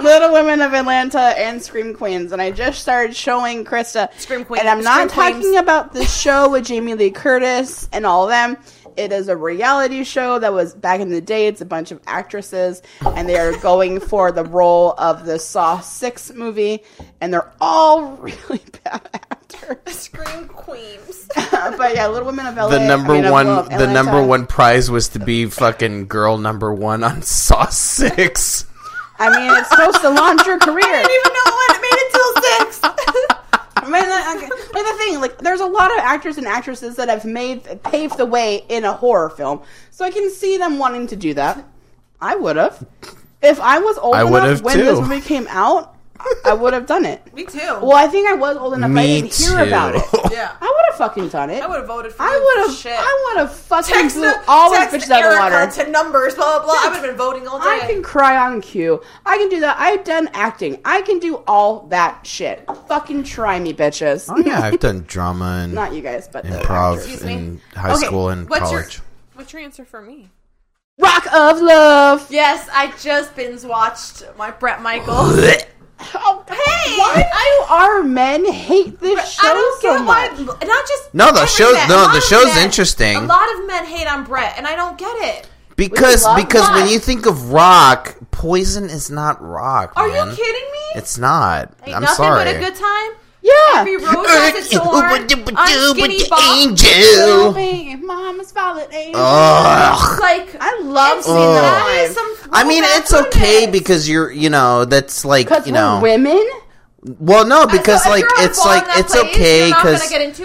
B: Little Women of Atlanta and Scream Queens, and I just started showing Krista
C: Scream Queen-
B: And I'm not
C: Scream
B: talking
C: Queens.
B: about the show with Jamie Lee Curtis and all of them. It is a reality show that was back in the day. It's a bunch of actresses, and they are going for the role of the Saw Six movie, and they're all [laughs] really bad actors.
C: [laughs]
B: Uh,
C: Scream [laughs] Queens.
B: but yeah, Little Women of LA. [laughs]
D: The
B: I
D: number
B: mean, of,
D: one,
B: of
D: the
B: Atlanta.
D: number one prize was to be fucking girl number one on Saw Six.
B: I mean, it's supposed to launch [laughs] your career.
C: I
B: [laughs]
C: didn't even know when it made it till six.
B: I mean, like, okay. but the thing, like, there's a lot of actors and actresses that have made paved the way in a horror film, so I can see them wanting to do that. I would have, if I was old
D: I would
B: enough
D: have
B: when
D: too.
B: this movie came out, I would have done it.
C: [laughs] Me too.
B: Well, I think I was old enough. I
D: Me
B: didn't hear about it.
D: [laughs] too.
C: yeah.
B: I would have fucking done it.
C: I would have voted for you.
B: I would
C: for
B: have.
C: Shit.
B: I would have fucking
C: text
B: blew
C: the-
B: all those
C: text
B: bitches out of the
C: Erica
B: water.
C: to numbers. Blah blah. blah. I would have been voting all day.
B: I can cry on cue. I can do that. I've done acting. I can do all that shit. Fucking try me, bitches.
D: Oh, yeah, I've done drama
B: [laughs]
D: and
B: Not you guys, but the actors.
D: improv
C: me?
D: in high
B: Okay,
D: school and
C: what's
B: [laughs]
D: college.
C: your What's your answer for me?
B: Rock of Love.
C: Yes, I just binge watched my
B: [laughs]
C: Brett Michaels.
B: Oh, hey,
C: Hey!
B: why do our men hate this show
C: I don't
B: so
C: get why.
B: much?
C: Not just
D: No, the
C: every
D: show's-
C: man,
D: no,
C: a lot
D: the
C: of
D: show's
C: men-
D: interesting.
C: A lot of men hate on Brett, and I don't get it.
D: Because
B: love
D: because when
B: that.
D: you think of rock, poison is not rock.
C: Are
D: man.
C: you kidding me?
D: It's not.
C: Ain't
D: I'm
C: nothing
D: sorry.
C: but a good time. Every
B: Yeah.
C: road
D: [laughs]
C: has its thorn. I'm skinny bop.
B: Oh,
D: angel.
B: man, Mama's Violet Angel.
D: Uh, Ugh.
C: Like
B: I love
C: it's-
B: seeing
D: Ugh.
B: that
C: that
B: live.
C: is some
D: Oh. I mean,
C: throwback
D: it's okay
C: goodness.
D: because you're, you know, that's like,
B: Because
D: you
B: we're
D: know,
B: women.
D: well, no,
C: So
D: because
C: if
D: like
C: you're on
D: it's
C: ball in
D: like
C: that
D: it's
C: place,
D: okay
C: You're not gonna
D: because
C: get into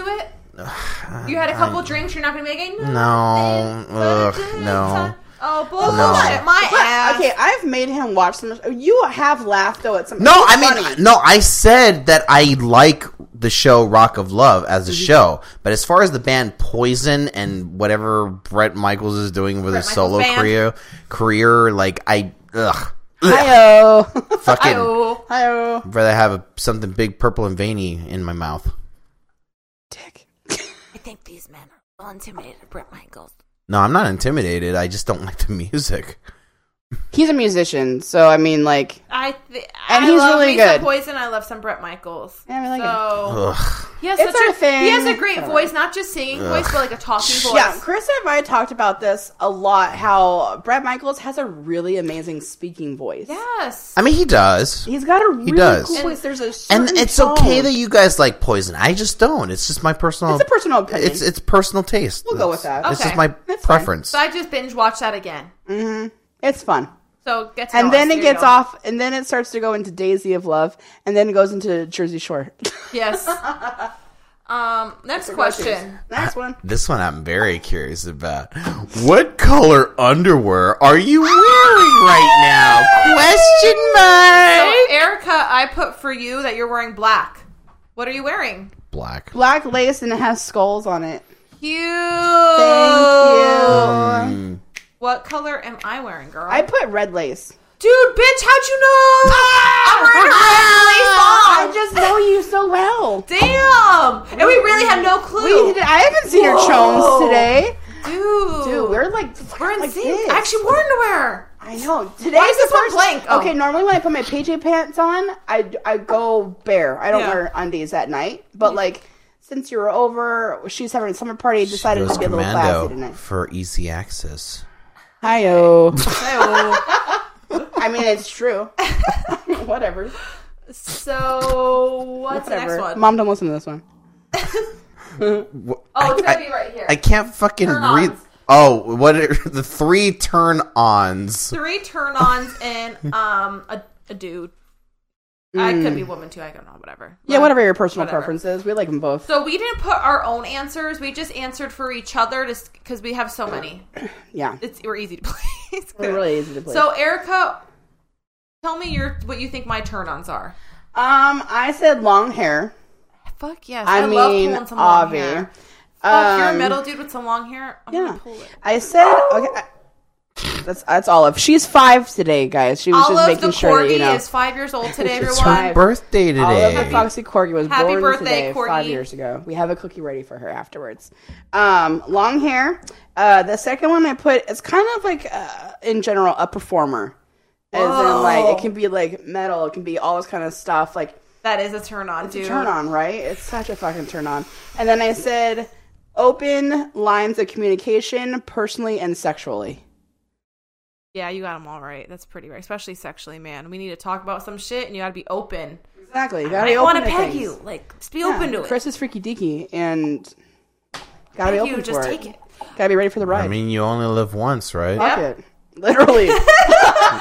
C: it.
D: [sighs]
C: You had a couple drinks. You're not gonna be like
D: no, ugh, no.
C: Oh bullshit!
D: No.
C: My
B: But,
C: ass.
B: okay, I've made him watch some. You have laughed though at some.
D: No,
B: it's
D: I mean,
B: funny.
D: no, I said that I like the show Rock of Love as a
C: Mm-hmm.
D: show, but as far as the band Poison and whatever Brett Michaels is doing with
C: Bret
D: his
C: Michaels
D: solo
C: band.
D: career, career, like I, ugh,
B: Hi-oh. [laughs]
D: Fucking
C: Oh,
B: Hi-oh.
D: rather have a, something big, purple, and veiny in my mouth.
B: Dick.
E: I think these men are well intimidated by Brett Michaels.
D: No, I'm not intimidated. I just don't [laughs] like the music.
B: He's a musician, so I mean, like,
C: I th-
B: And
C: I
B: he's
C: love
B: really
C: me some
B: good.
C: Poison. I love some Brett Michaels.
B: Yeah, we like him.
C: so
D: Ugh.
C: he has
B: It's
C: such
B: our
C: a
B: thing.
C: He has a great
B: Whatever.
C: voice, not just singing voice, but like a talking voice.
B: yeah, Chris and I talked about this a lot. How Brett Michaels has a really amazing speaking voice.
C: Yes.
D: I mean, he does.
B: he's got a really
D: does.
B: cool
D: And-
B: voice. There's a
D: and
B: certain
D: it's
B: tone.
D: okay that you guys like poison. I just don't. It's just my personal.
B: It's a personal opinion.
D: It's it's personal taste.
B: We'll go with
D: It's-
B: that.
D: It's
C: Okay.
D: just my
B: That's fine.
D: preference.
C: so I just binge watched that again.
B: it's fun.
C: So get to know
B: And then
C: us.
B: it
C: Here you
B: gets
C: go.
B: off, and then it starts to go into Daisy of Love, and then it goes into Jersey Shore. [laughs]
C: Yes. um. Next question.
B: Next one.
D: This one I'm very curious about. What color underwear are you
B: Ah!
D: wearing right now? Question mark.
C: So Erica, I put for you that you're wearing black. What are you wearing?
D: Black.
B: Black lace, and it has skulls on it.
C: Cute.
B: Thank you.
C: What color am I wearing, girl? Ah!
B: I put red lace.
C: Dude, bitch, how'd you know? I'm wearing a
B: Ah, I
C: red lace on.
B: just know you so well. [laughs]
C: Damn. And we really have no clue.
B: We- I haven't seen your chones today.
C: Dude.
B: Dude, we're like
C: We're in
B: like
C: sync.
B: this.
C: Actually, we're underwear.
B: I know. Today
C: is this
B: the
C: one
B: first
C: blank? Oh.
B: Okay, normally when I put my PJ pants on, I, I go bare. I don't
C: Yeah.
B: wear undies at night. But like since you were over, she's having a summer party, decided
D: Goes
B: to be a little
D: commando
B: classy tonight.
D: for easy access.
B: Hi-oh.
C: Oh.
B: [laughs] I mean, it's true. [laughs] Whatever.
C: so, what's the next
B: Whatever.
C: one?
B: Mom, don't listen to this one.
C: oh, it's
D: I-
C: going to be right here.
D: I can't fucking
C: Turn-ons.
D: read. Oh, what are [laughs] the three turn ons?
C: Three turn ons
B: [laughs]
C: and um, a, a dude. I could be a woman too. I don't know. Whatever.
B: Hmm. Yeah, whatever your personal
C: Whatever.
B: preference is. We like them both.
C: So we didn't put our own answers. We just answered for each other, just because we have so many.
B: yeah.
C: It's we're easy to [laughs] please.
B: They're really easy to play.
C: So Erica, tell me your what you think my turn ons are.
B: Um, I said long hair.
C: Fuck yes,
B: I,
C: I, love
B: mean, Um,
C: pulling some long
B: obvi.
C: hair. Fuck, Oh, you're a
B: Um,
C: metal dude with some long hair. I'm
B: Yeah,
C: gonna pull it.
B: I said okay. I, that's that's Olive. She's five today, guys. She was just
C: Olive the
B: making sure that
C: corgi
B: you know.
C: is five
B: [laughs]
C: years old today,
D: It's
C: everyone.
D: her birthday
B: Olive the
D: today.
B: Foxy Corgi was
C: Happy
B: born
C: birthday,
B: today, five
C: Corgi.
B: years ago. We have a cookie ready for her afterwards. Um, long hair. Uh, the second one I put is kind of like uh, in general a performer, as in like it can be like metal, it can be all this kind of stuff. Like
C: that is a turn on, dude.
B: turn on, right? It's such a fucking turn on. And then I said open lines of communication, personally and sexually.
C: Yeah, you got them all right. That's pretty right, especially sexually, man. We need to talk about some shit, and you got to be open.
B: Exactly. You
C: I
B: gotta be
C: don't
B: open
C: want to
B: to
C: peg
B: things.
C: you. Like, just be
B: Yeah,
C: open to it.
B: Chris is freaky deaky and gotta be
C: Thank
B: open
C: you,
B: for
C: just
B: it.
C: take it.
B: Gotta be ready for the ride.
D: I mean, you only live once, right?
B: Fuck it. [laughs] Literally.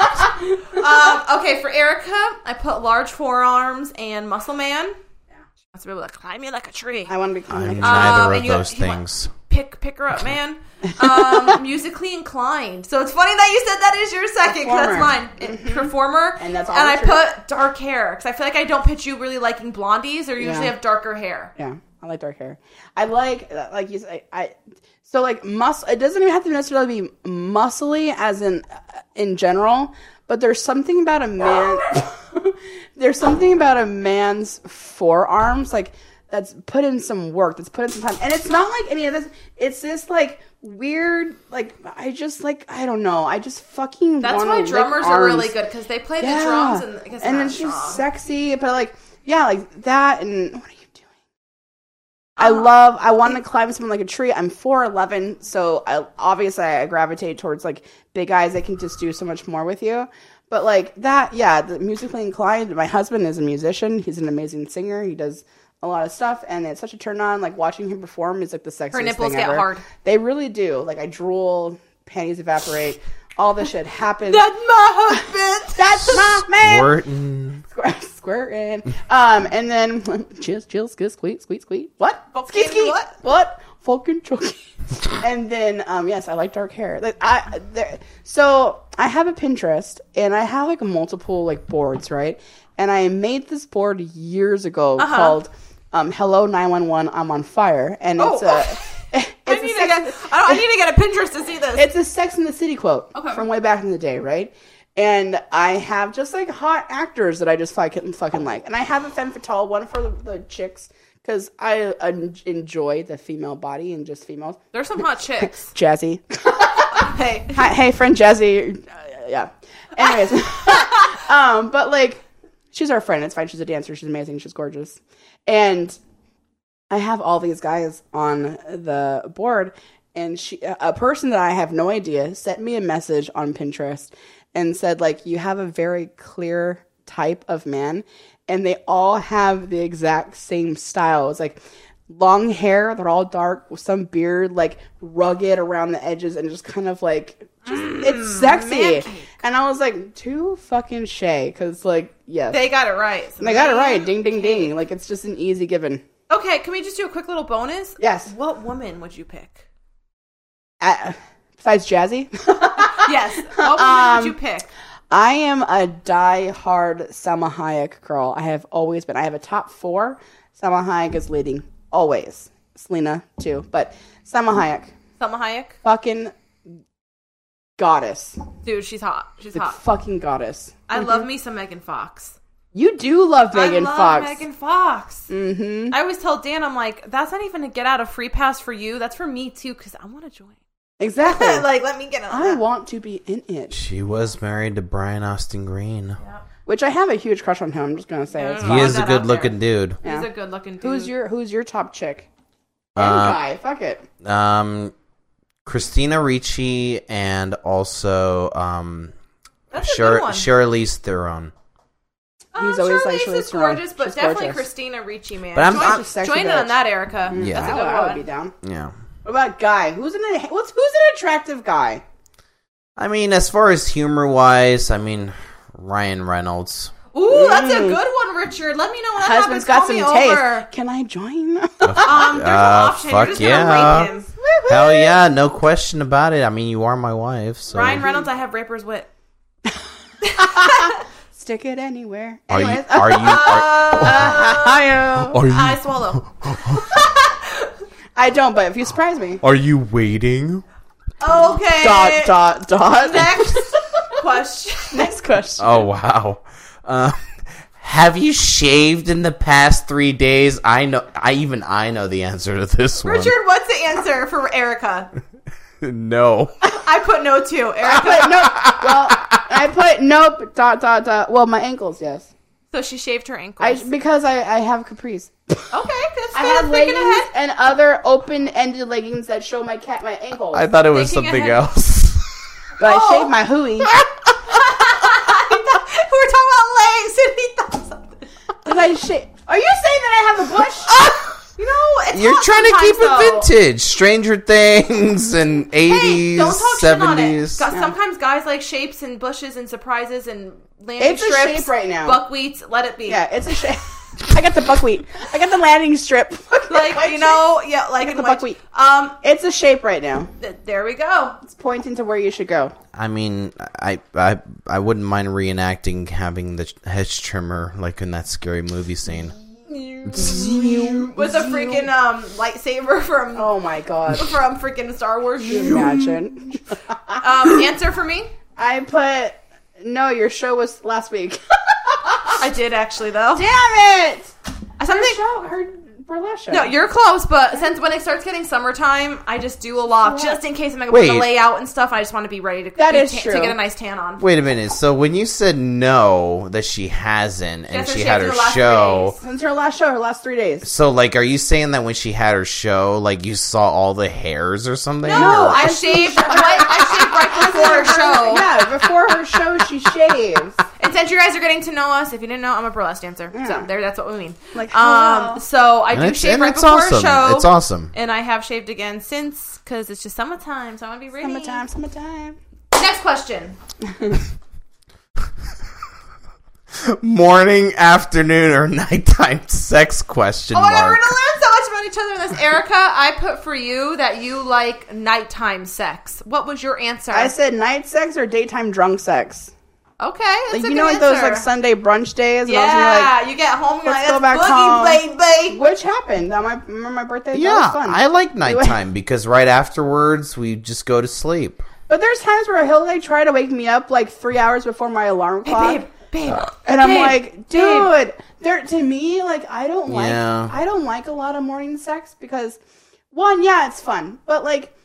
C: um, okay, for Erica, I put large forearms and muscle man. She wants to be able to climb you like a tree.
B: I wanna become
D: I'm
B: like
C: Um,
D: neither of
C: and you-
D: those
C: you want-
D: things.
C: Pick pick her up, man.
B: [laughs]
C: Um, musically inclined. So it's funny that you said that is your second. 'cause That's
B: Performer.
C: mine. Performer.
B: Mm-hmm. And that's all
C: And I
B: the truth.
C: put dark hair because I feel like I don't pitch you really liking blondies. They usually
B: Yeah.
C: have darker hair.
B: Yeah, I like dark hair. I like like you say I so like muscle. It doesn't even have to necessarily be muscly as in in general, but there's something about a man. [laughs] there's something about a man's forearms like that's put in some work. That's put in some time, and it's not like any of this. It's this like weird like I just like I don't know. I just fucking.
C: That's
B: wanna
C: why
B: lick
C: drummers are really
B: arms.
C: good because they play the drums and I guess
B: And
C: not
B: then she's
C: strong.
B: sexy, but like, yeah, like that. And what are you doing? I
C: Uh-huh.
B: love. I want to climb someone like a tree. I'm four eleven, so I, obviously I gravitate towards like big guys that can just do so much more with you. But like that, yeah, the musically inclined. My husband is a musician. He's an amazing singer. He does a lot of stuff, and it's such a turn on. Like watching him perform is like the sexiest.
C: nipples
B: thing
C: get
B: ever.
C: hard.
B: They really do. Like I drool, panties evaporate, all this shit happens.
C: That's my
B: [laughs]
C: husband. [laughs]
B: That's my
C: Eh.
B: man.
D: Wharton.
B: Squir- [laughs] squirting. Um, and then [laughs] chill, chill, skis, squeak, squeak, squeak. What?
C: Fucking what?
B: What? Fucking choking. [laughs] and then, um, yes, I like dark hair. Like I, there, so I have a Pinterest, and I have like multiple like boards, right? And I made this board years ago
C: Uh-huh.
B: called um, "Hello 911, I'm on fire," and it's
C: Oh.
B: a, [laughs] it's
C: I
B: a
C: need, to
B: sex-
C: get, I, don't, I need to get a Pinterest to see this.
B: it's a Sex in the City quote
C: Okay.
B: from way back in the day, right? And I have just like hot actors that I just fucking fucking like. And I have a femme fatale one for the, the chicks because I en- enjoy the female body and just females.
C: There's some hot chicks.
B: Jazzy,
C: [laughs] Hey,
B: hi, hey friend Jazzy, Uh, yeah. Anyways, [laughs] um, but like she's our friend. It's fine. She's a dancer. She's amazing. She's gorgeous. And I have all these guys on the board, and she, a person that I have no idea, sent me a message on Pinterest and said, like, you have a very clear type of man, and they all have the exact same style. It's like long hair, they're all dark, with some beard, like rugged around the edges, and just kind of like, just, it's sexy. And I was like, too fucking shay, because like, yes,
C: they got it right.
B: and I got it right. Ding, ding, ding. Like it's just an easy given.
C: Okay, can we just do a quick little bonus?
B: Yes.
C: What woman would you
B: [laughs]
C: pick?
B: Uh, besides Jazzy, [laughs]
C: Yes. What woman
B: Um,
C: would you pick?
B: I am a die-hard Selma Hayek girl. I have always been. I have a top four. Selma Hayek is leading always. Selena too, but Selma Hayek,
C: Selma Hayek.
B: fucking goddess,
C: Dude, she's hot. She's
B: the
C: hot.
B: fucking goddess.
C: I love me some Megan Fox.
B: You do love Mm-hmm. Megan
C: I love
B: Fox.
C: Megan Fox. Mm-hmm. I always tell Dan, I'm like, that's not even a get out of free pass for you. That's for me too, because I want
B: [laughs]
C: to join. [laughs]
B: Exactly.
C: like, let me get on.
B: I want to be in it,
D: She was married to Brian Austin Green.
B: which I have a huge crush on him. I'm just gonna say. It's
C: Yeah.
D: He is
C: Find
D: a
C: that out
D: good looking dude.
B: Yeah.
C: He's a good looking dude.
B: Who's your Who's your top chick? And guy. Fuck it.
D: Um, Christina Ricci and also um,
C: That's a
D: Shir-
C: good one.
D: Charlize Theron.
C: Um,
B: He's always like
C: Charlize
B: Charlize
C: is
B: Theron.
C: gorgeous, but
B: She's
C: definitely
B: gorgeous.
C: Christina Ricci, man.
D: But I'm-
C: join
D: I'm-
B: She's a sexy
C: join in on
B: bitch.
C: that, Erica.
D: Yeah.
B: I
C: That's a
B: would,
C: good
B: I would
C: one.
B: be down.
D: Yeah.
B: What about guy? Who's an what's who's an attractive guy?
D: I mean, as far as humor wise, I mean Ryan Reynolds.
C: Ooh, that's a good one, Richard. Let me know when that
B: Mm. Husband's
C: happens.
B: got
C: Call
B: some
C: me
B: taste. [laughs]
C: over.
B: Can I join? [laughs]
C: Um, there's no
D: Uh,
C: option. You're
D: fuck
C: just
D: yeah.
C: gonna rape him.
D: Hell yeah, no question about it. I mean, you are my wife. So
C: Ryan Reynolds, I have raper's wit.
B: Stick it anywhere.
D: are you?
B: Anyways,
D: Are you? Are,
B: I,
D: are you?
C: I swallow.
B: I don't, but if you surprise
C: [laughs]
B: me,
D: Are you waiting?
C: Okay.
B: dot dot dot. [laughs]
C: Next [laughs] question.
B: Next question.
D: Oh wow. Um, have you shaved in the past three days? I know. I even I know the answer to this one.
C: Richard, what's the answer for Erica?
D: [laughs] No.
C: I put no two. Erica. [laughs]
B: But no, well, I put nope. Dot dot dot. Well, my ankles, yes.
C: So she shaved her ankles.
B: I because I I have capris.
C: okay, that's
B: I
C: fair.
B: have
C: Thinking
B: leggings
C: ahead. [laughs]
B: and other open ended leggings that show my cat my ankles.
D: I thought it was
C: Thinking
D: something
C: ahead.
D: else.
B: but I
C: Oh.
B: shaved my
C: [laughs]
B: hooey.
C: We were talking about legs, and he thought
B: [laughs]
C: something.
B: Did I shave? Are you saying that I have a
C: [laughs]
B: bush?
C: You know, it's
D: [laughs] You're
C: hot
D: trying to keep
C: sometimes, though.
D: it vintage. Stranger Things and 80s,
C: Hey, don't talk shit on it.
D: 70s.
C: Got- Sometimes guys like shapes and bushes and surprises and landing
B: It's a
C: strips.
B: shape right now.
C: Buckwheats, let it be.
B: Yeah, it's a shit. [laughs] I got the buckwheat. I got the landing strip. [laughs]
C: Like you know, yeah, like
B: Look at
C: in
B: the
C: which-
B: buckwheat.
C: Um,
B: it's a shape right now.
C: th- there we go.
B: It's pointing to where you should go.
D: I mean, I, I I wouldn't mind reenacting having the hedge trimmer like in that scary movie scene.
C: With a freaking um lightsaber [laughs] from
B: Oh my
C: [laughs]
B: god!
C: from freaking Star Wars.
B: Imagine. [laughs]
C: Um, answer for me.
B: I put no. Your show was last week. [laughs]
C: I did actually though.
B: Damn it!
C: Something.
B: Show her burlesque. show.
C: No, you're close, but since when it starts getting summertime, I just do a lot just in case I'm gonna put
D: Wait.
C: the layout and stuff. I just want to be ready to
B: That
C: be
B: is
C: ta-
B: true.
C: to get a nice tan on.
D: Wait a minute. So when you said no that she hasn't and
C: Yes,
D: she
C: she
D: had
C: has in
D: her
C: the last
D: show,
C: three days.
B: Since her last show, her last three days.
D: so like, are you saying that when she had her show, like you saw all the hairs or something?
C: No,
D: Or-
C: I shaved. what, I shaved right before our show.
B: [laughs] Yeah, before her show, she shaves.
C: And since you guys are getting to know us, if you didn't know, I'm a burlesque dancer.
B: Yeah.
C: So there, that's what we mean.
B: Like, hello.
C: um, so I
D: and
C: do
D: it's,
C: shave
D: and
C: right
D: it's
C: before
D: awesome.
C: a show.
D: It's awesome.
C: And I have shaved again since because it's just summertime, so I want to be ready.
B: Summertime, summertime.
C: Next question.
D: Morning, afternoon, or [laughs] nighttime sex question
C: Oh, my God, we're
D: mark.
C: gonna learn so much about each other in this. Erica, I put for you that you like nighttime sex. What was your answer?
B: I said night sex or daytime drunk sex.
C: okay, that's
B: Like
C: a
B: you
C: good
B: know, like
C: answer.
B: those like Sunday brunch days. And I was gonna be like,
C: yeah, you get home, you're
B: Let's
C: like,
B: go
C: that's
B: back home."
C: boogie, baby.
B: Which happened on my remember my birthday.
D: Yeah,
B: that was fun.
D: I like nighttime because right afterwards we just go to sleep.
B: But there's times where he'll like try to wake me up like three hours before my alarm clock.
C: babe, babe.
B: And I'm
C: babe,
B: like,
C: babe.
B: dude, there to me, like I don't like
D: Yeah.
B: I don't like a lot of morning sex because one, yeah, it's fun. But like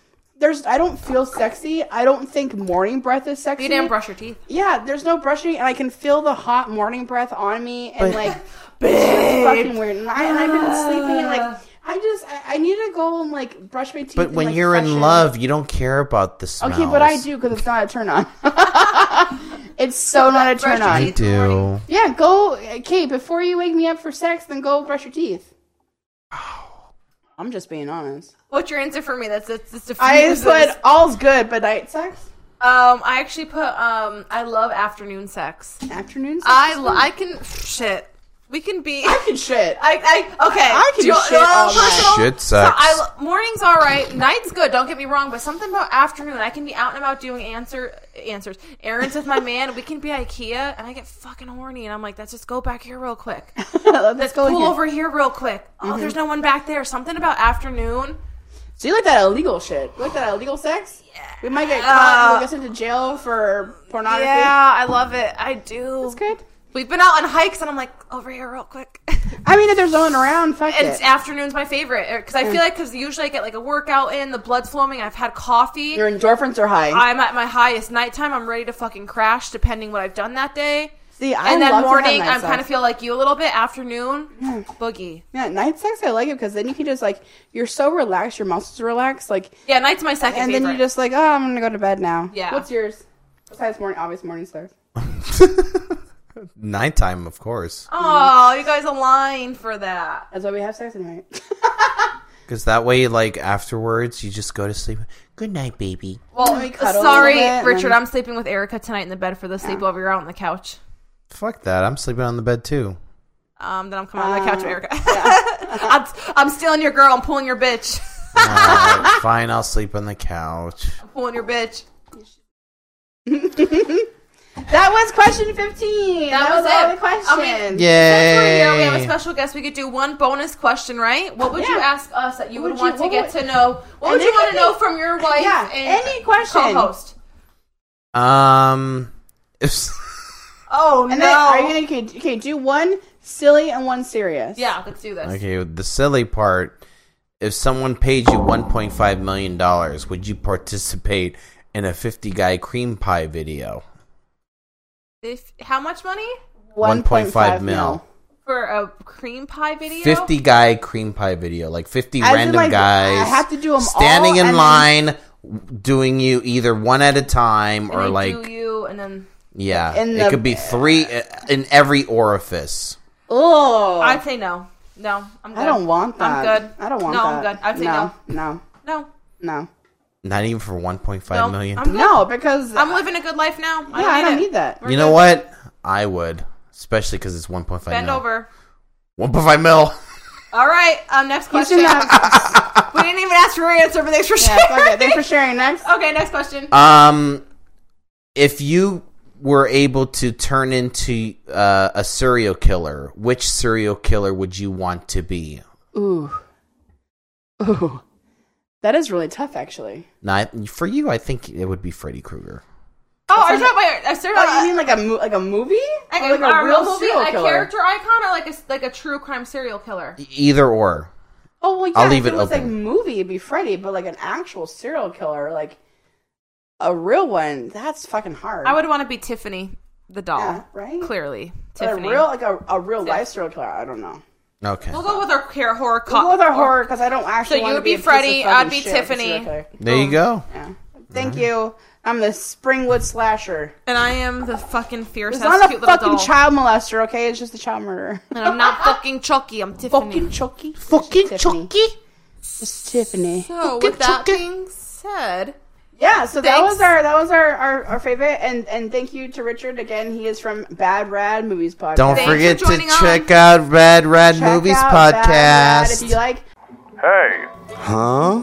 B: there's I don't feel sexy. I don't think morning breath is sexy.
C: you didn't brush your teeth.
B: Yeah, there's no brushing and I can feel the hot morning breath on me and
D: [laughs]
B: like it's fucking weird. And, I, and I've been sleeping and like I just I, I need to go and like brush my teeth.
D: Ah. But
B: and,
D: when
B: like,
D: you're in
B: freshen.
D: love, you don't care about the smells.
B: Okay, but I do because it's not a turn
D: [laughs]
B: on. it's so not a turn on.
D: I do.
B: Yeah, go. Okay, before you wake me up for sex, then go brush your teeth. I'm just being honest.
C: What's your answer for me? That's that's, that's
B: I
C: diffuses.
B: said all's good, but night sex,
C: Um, I actually put um, I love afternoon sex.
B: afternoon sex.
C: I lo- I can shit. We can be. I
B: can shit.
C: [laughs] I, okay.
B: I can
C: Do you-
B: shit all night.
D: Shit
C: So I,
D: sucks.
C: lo- morning's all right. Night's good. Don't get me wrong, but something about afternoon. I can be out and about doing answer answers errands with my man. We can be IKEA, and I get fucking horny, and I'm like, let's just go back here real quick.
B: [laughs] [laughs] Let's
C: Let's
B: go. in
C: pull
B: here. Mm-hmm.
C: over here real quick. Oh, there's no one back there. Something about afternoon.
B: So you like that illegal shit? You like that illegal sex? Yeah. We might get caught. and we'll get sent to jail for pornography.
C: Yeah, I love it. I do.
B: It's good.
C: We've been out on hikes, and I'm like, over here real quick. [laughs]
B: I mean, if there's no one around, fuck
C: And
B: it.
C: afternoon's my favorite because I feel like because usually I get like a workout in, the blood's flowing, I've had coffee.
B: Your endorphins are high.
C: I'm at my highest nighttime. I'm ready to fucking crash, depending what I've done that day.
B: See, I
C: and then
B: love to have Mm.
C: morning,
B: night
C: I'm
B: sex.
C: kind of feel like you a little bit. Afternoon, boogie.
B: yeah. Night sex, I like it because then you can just like you're so relaxed, your muscles relax, like
C: Yeah, night's my second
B: and
C: favorite.
B: then you just like, oh, I'm gonna go to bed now.
C: Yeah.
B: What's yours? Besides morning, obvious morning stars.
D: [laughs] Nighttime, of course,
C: oh, you guys align for that.
B: That's why we have sex at night. [laughs]
C: [laughs]
D: because that way, like afterwards, you just go to sleep. Good night, baby.
C: Well,
B: we cuddle a
C: sorry,
B: little bit and
C: Richard.
B: then-
C: I'm sleeping with Erica tonight in the bed for the sleepover. You're out on the couch.
D: Fuck that. I'm sleeping on the bed too.
C: Um, then I'm coming on the
B: Oh,
C: couch with Erica. [laughs] I'm, I'm stealing your girl. I'm pulling your bitch. [laughs]
D: All
B: [laughs]
D: right, fine, I'll sleep on the couch.
C: I'm pulling your bitch.
B: that was question 15. That,
C: That
B: was,
C: was
B: all
C: it.
B: the questions.
C: I mean, Since we're here, we have a
D: Yay!
C: special guest. We could do one bonus question, right? What would you
B: Yeah.
C: ask us that you
B: What
C: would,
B: would you-
C: want to
B: what
C: get
B: would-
C: to know? What
B: And
C: would you
B: it
C: want
B: could
C: to know
B: be-
C: from your wife?
B: Yeah,
C: and
B: any question.
C: Co-host.
D: Um, if
C: Oh
B: and
C: no!
B: then are you gonna okay, okay, do one silly and one serious.
C: yeah, let's do this.
D: okay, the silly part. If someone paid you 1.5 million dollars, would you participate in a 50 guy cream pie video?
C: If, how much money
D: 1.5 mil.
C: for a cream pie video?
D: 50 guy cream pie video, like 50
B: As in,
D: random
B: like,
D: guys.
B: I have to do 'em
D: standing
B: all
D: in
B: and then-
D: line, w- doing you either one at a time
C: And
D: or
C: they
D: like
C: do you and then
D: yeah,
B: In
D: it
B: the-
D: could be three uh, in every orifice.
B: Oh, I,
C: I'd say no, no. I'm good.
B: don't want that.
C: I'm good.
B: I don't want
C: no,
B: that.
C: I'm good. I'd say no,
B: no, no,
C: no,
B: no,
D: Not even for 1.5
C: no.
D: million.
C: I'm, good.
B: no, because
C: I'm living a good life now.
B: yeah, I don't need
C: that.
B: that.
D: you know what? I would, especially because it's 1.5
C: Bend
D: mil.
C: over.
D: 1.5 mil. [laughs]
C: All right. Um, next
B: You
C: question.
B: should
C: [laughs]
B: not.
C: we didn't even ask for your answer, but thanks for
B: yeah,
C: sharing.
B: fuck it. Thanks for sharing. Next.
C: [laughs] Okay, next question.
D: Um, if you were able to turn into uh, a serial killer, which serial killer would you want to be?
B: Ooh. Ooh. That is really tough, actually.
D: Not for you. I think it would be Freddy Krueger.
C: Oh, are you talking about a serial?
B: Oh, you mean like a mo- like a movie?
C: like,
B: Or
C: a, a real movie,
B: serial
C: a
B: killer?
C: character icon, or like a s- like a true crime serial killer?
D: E- Either or.
B: Oh well, yeah.
D: I'll
B: if
D: leave
B: it,
D: it
B: was like
D: open.
B: movie, it'd be Freddy, but like an actual serial killer, like a real one, that's fucking hard.
C: I would want to be Tiffany the doll,
B: Yeah, right?
C: Clearly,
B: But a
C: Tiffany.
B: real like a, a real life serial killer. I don't know.
D: Okay.
C: we'll go with our care horror. Co-
B: We'll go with our
C: or-
B: horror because I don't actually.
C: So
B: want
C: you
B: to
C: would
B: be,
C: be
B: a piece
C: Freddy,
B: of fucking
C: I'd be
B: shit, a serial
C: Tiffany.
B: killer.
D: There you go.
B: Yeah. Thank you. I'm the Springwood slasher.
C: And I am the fucking fierce,
B: It's
C: ass,
B: not a
C: cute little
B: fucking
C: doll.
B: child molester, okay? It's just a child murderer.
C: and I'm not fucking Chucky. I'm Tiffany.
B: Fucking Chucky. Fucking Chucky. Just Tiffany.
C: so with that being said,
B: Yeah, so that
C: Thanks.
B: was our that was our, our, our favorite and and thank you to Richard again. He is from Bad Rad Movies Podcast.
D: Don't
C: Thanks for
D: forget to
C: joining on.
D: check out Rad Rad
B: Check
D: Movies
B: out Bad Rad if
D: Podcast.
B: you like
F: Hey,
G: Huh?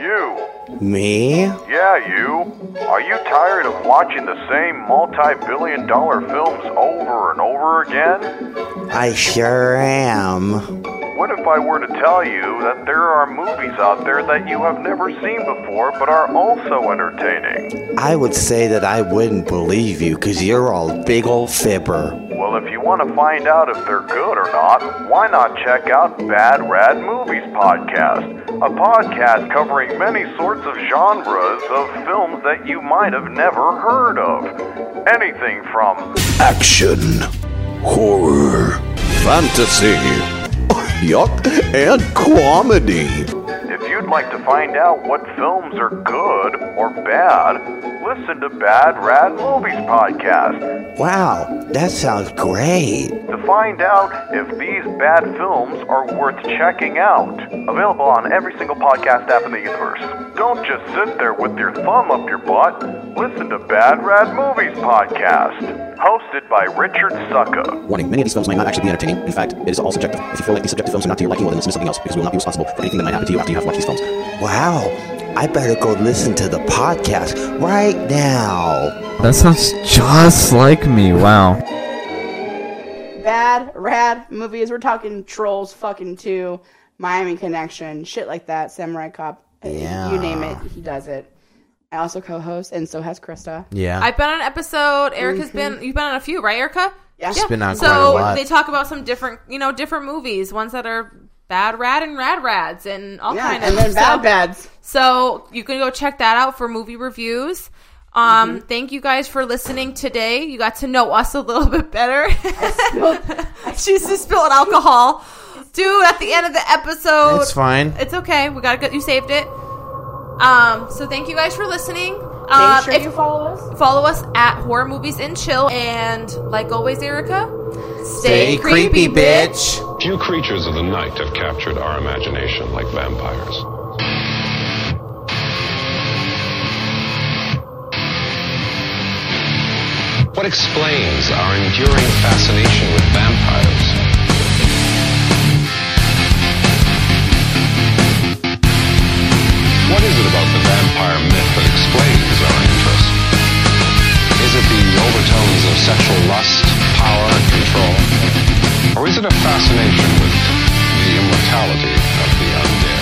F: you.
G: Me?
F: Yeah, you. Are you tired of watching the same multi billion dollar films over and over again?
G: I sure am.
F: What if I were to tell you that there are movies out there that you have never seen before but are also entertaining?
G: I would say that I wouldn't believe you because you're a big old fibber.
F: Well, if you want to find out if they're good or not, why not check out Bad Rad Movies Podcast, a podcast covering many sorts of genres of films that you might have never heard of. Anything from
H: action, horror, fantasy, yuck, and comedy.
F: If you'd like to find out what films are good or bad, listen to Bad Rad Movies Podcast
G: Wow, that sounds great.
F: to find out if these bad films are worth checking out. Available on every single podcast app in the universe. Don't just sit there with your thumb up your butt. Listen to Bad Rad Movies Podcast, hosted by Richard Sucka.
I: Warning, many of these films might not actually be entertaining. In fact, it is all subjective. If you feel like these subjective films are not to your liking, well, then listen to something else, because we will not be responsible for anything that might happen to you after you have watched these films.
G: Wow, I better go listen to the podcast right now.
J: That sounds just like me. Wow.
B: Bad, rad movies. We're talking Trolls fucking 2, Miami Connection, shit like that, Samurai Cop. uh,
D: Yeah.
B: You name it, he does it. I also co host, and so has Krista.
D: Yeah.
C: I've been on an epised Erica's been. You've been on a few, right, Erica?
B: Mm-hmm. Yeah.
D: She's been on
C: so
D: quite a lot.
C: they talk about some different, you know, different movies, ones that are bad rad and rad rads and all
B: Yeah,
C: kind of
B: and then
C: so,
B: Bad Bads.
C: So you can go check that out for movie reviews. Um,
B: Mm-hmm.
C: thank you guys for listening today. You got to know us a little [laughs] bit better. [laughs] She's just spilling alcohol, dude. At the end of the episode,
D: it's fine.
C: It's okay. We got to get you saved it. Um, so thank you guys for listening.
B: Make
C: Um,
B: sure
C: if
B: you follow us.
C: follow us at Horror Movies and Chill, and like always, Erica,
D: Stay creepy, bitch.
K: Few creatures of the night have captured our imagination like vampires. What explains our enduring fascination with vampires? What is it about the vampire myth that explains our interest? Is it the overtones of sexual lust, power, and control? Or is it a fascination with the immortality of the undead?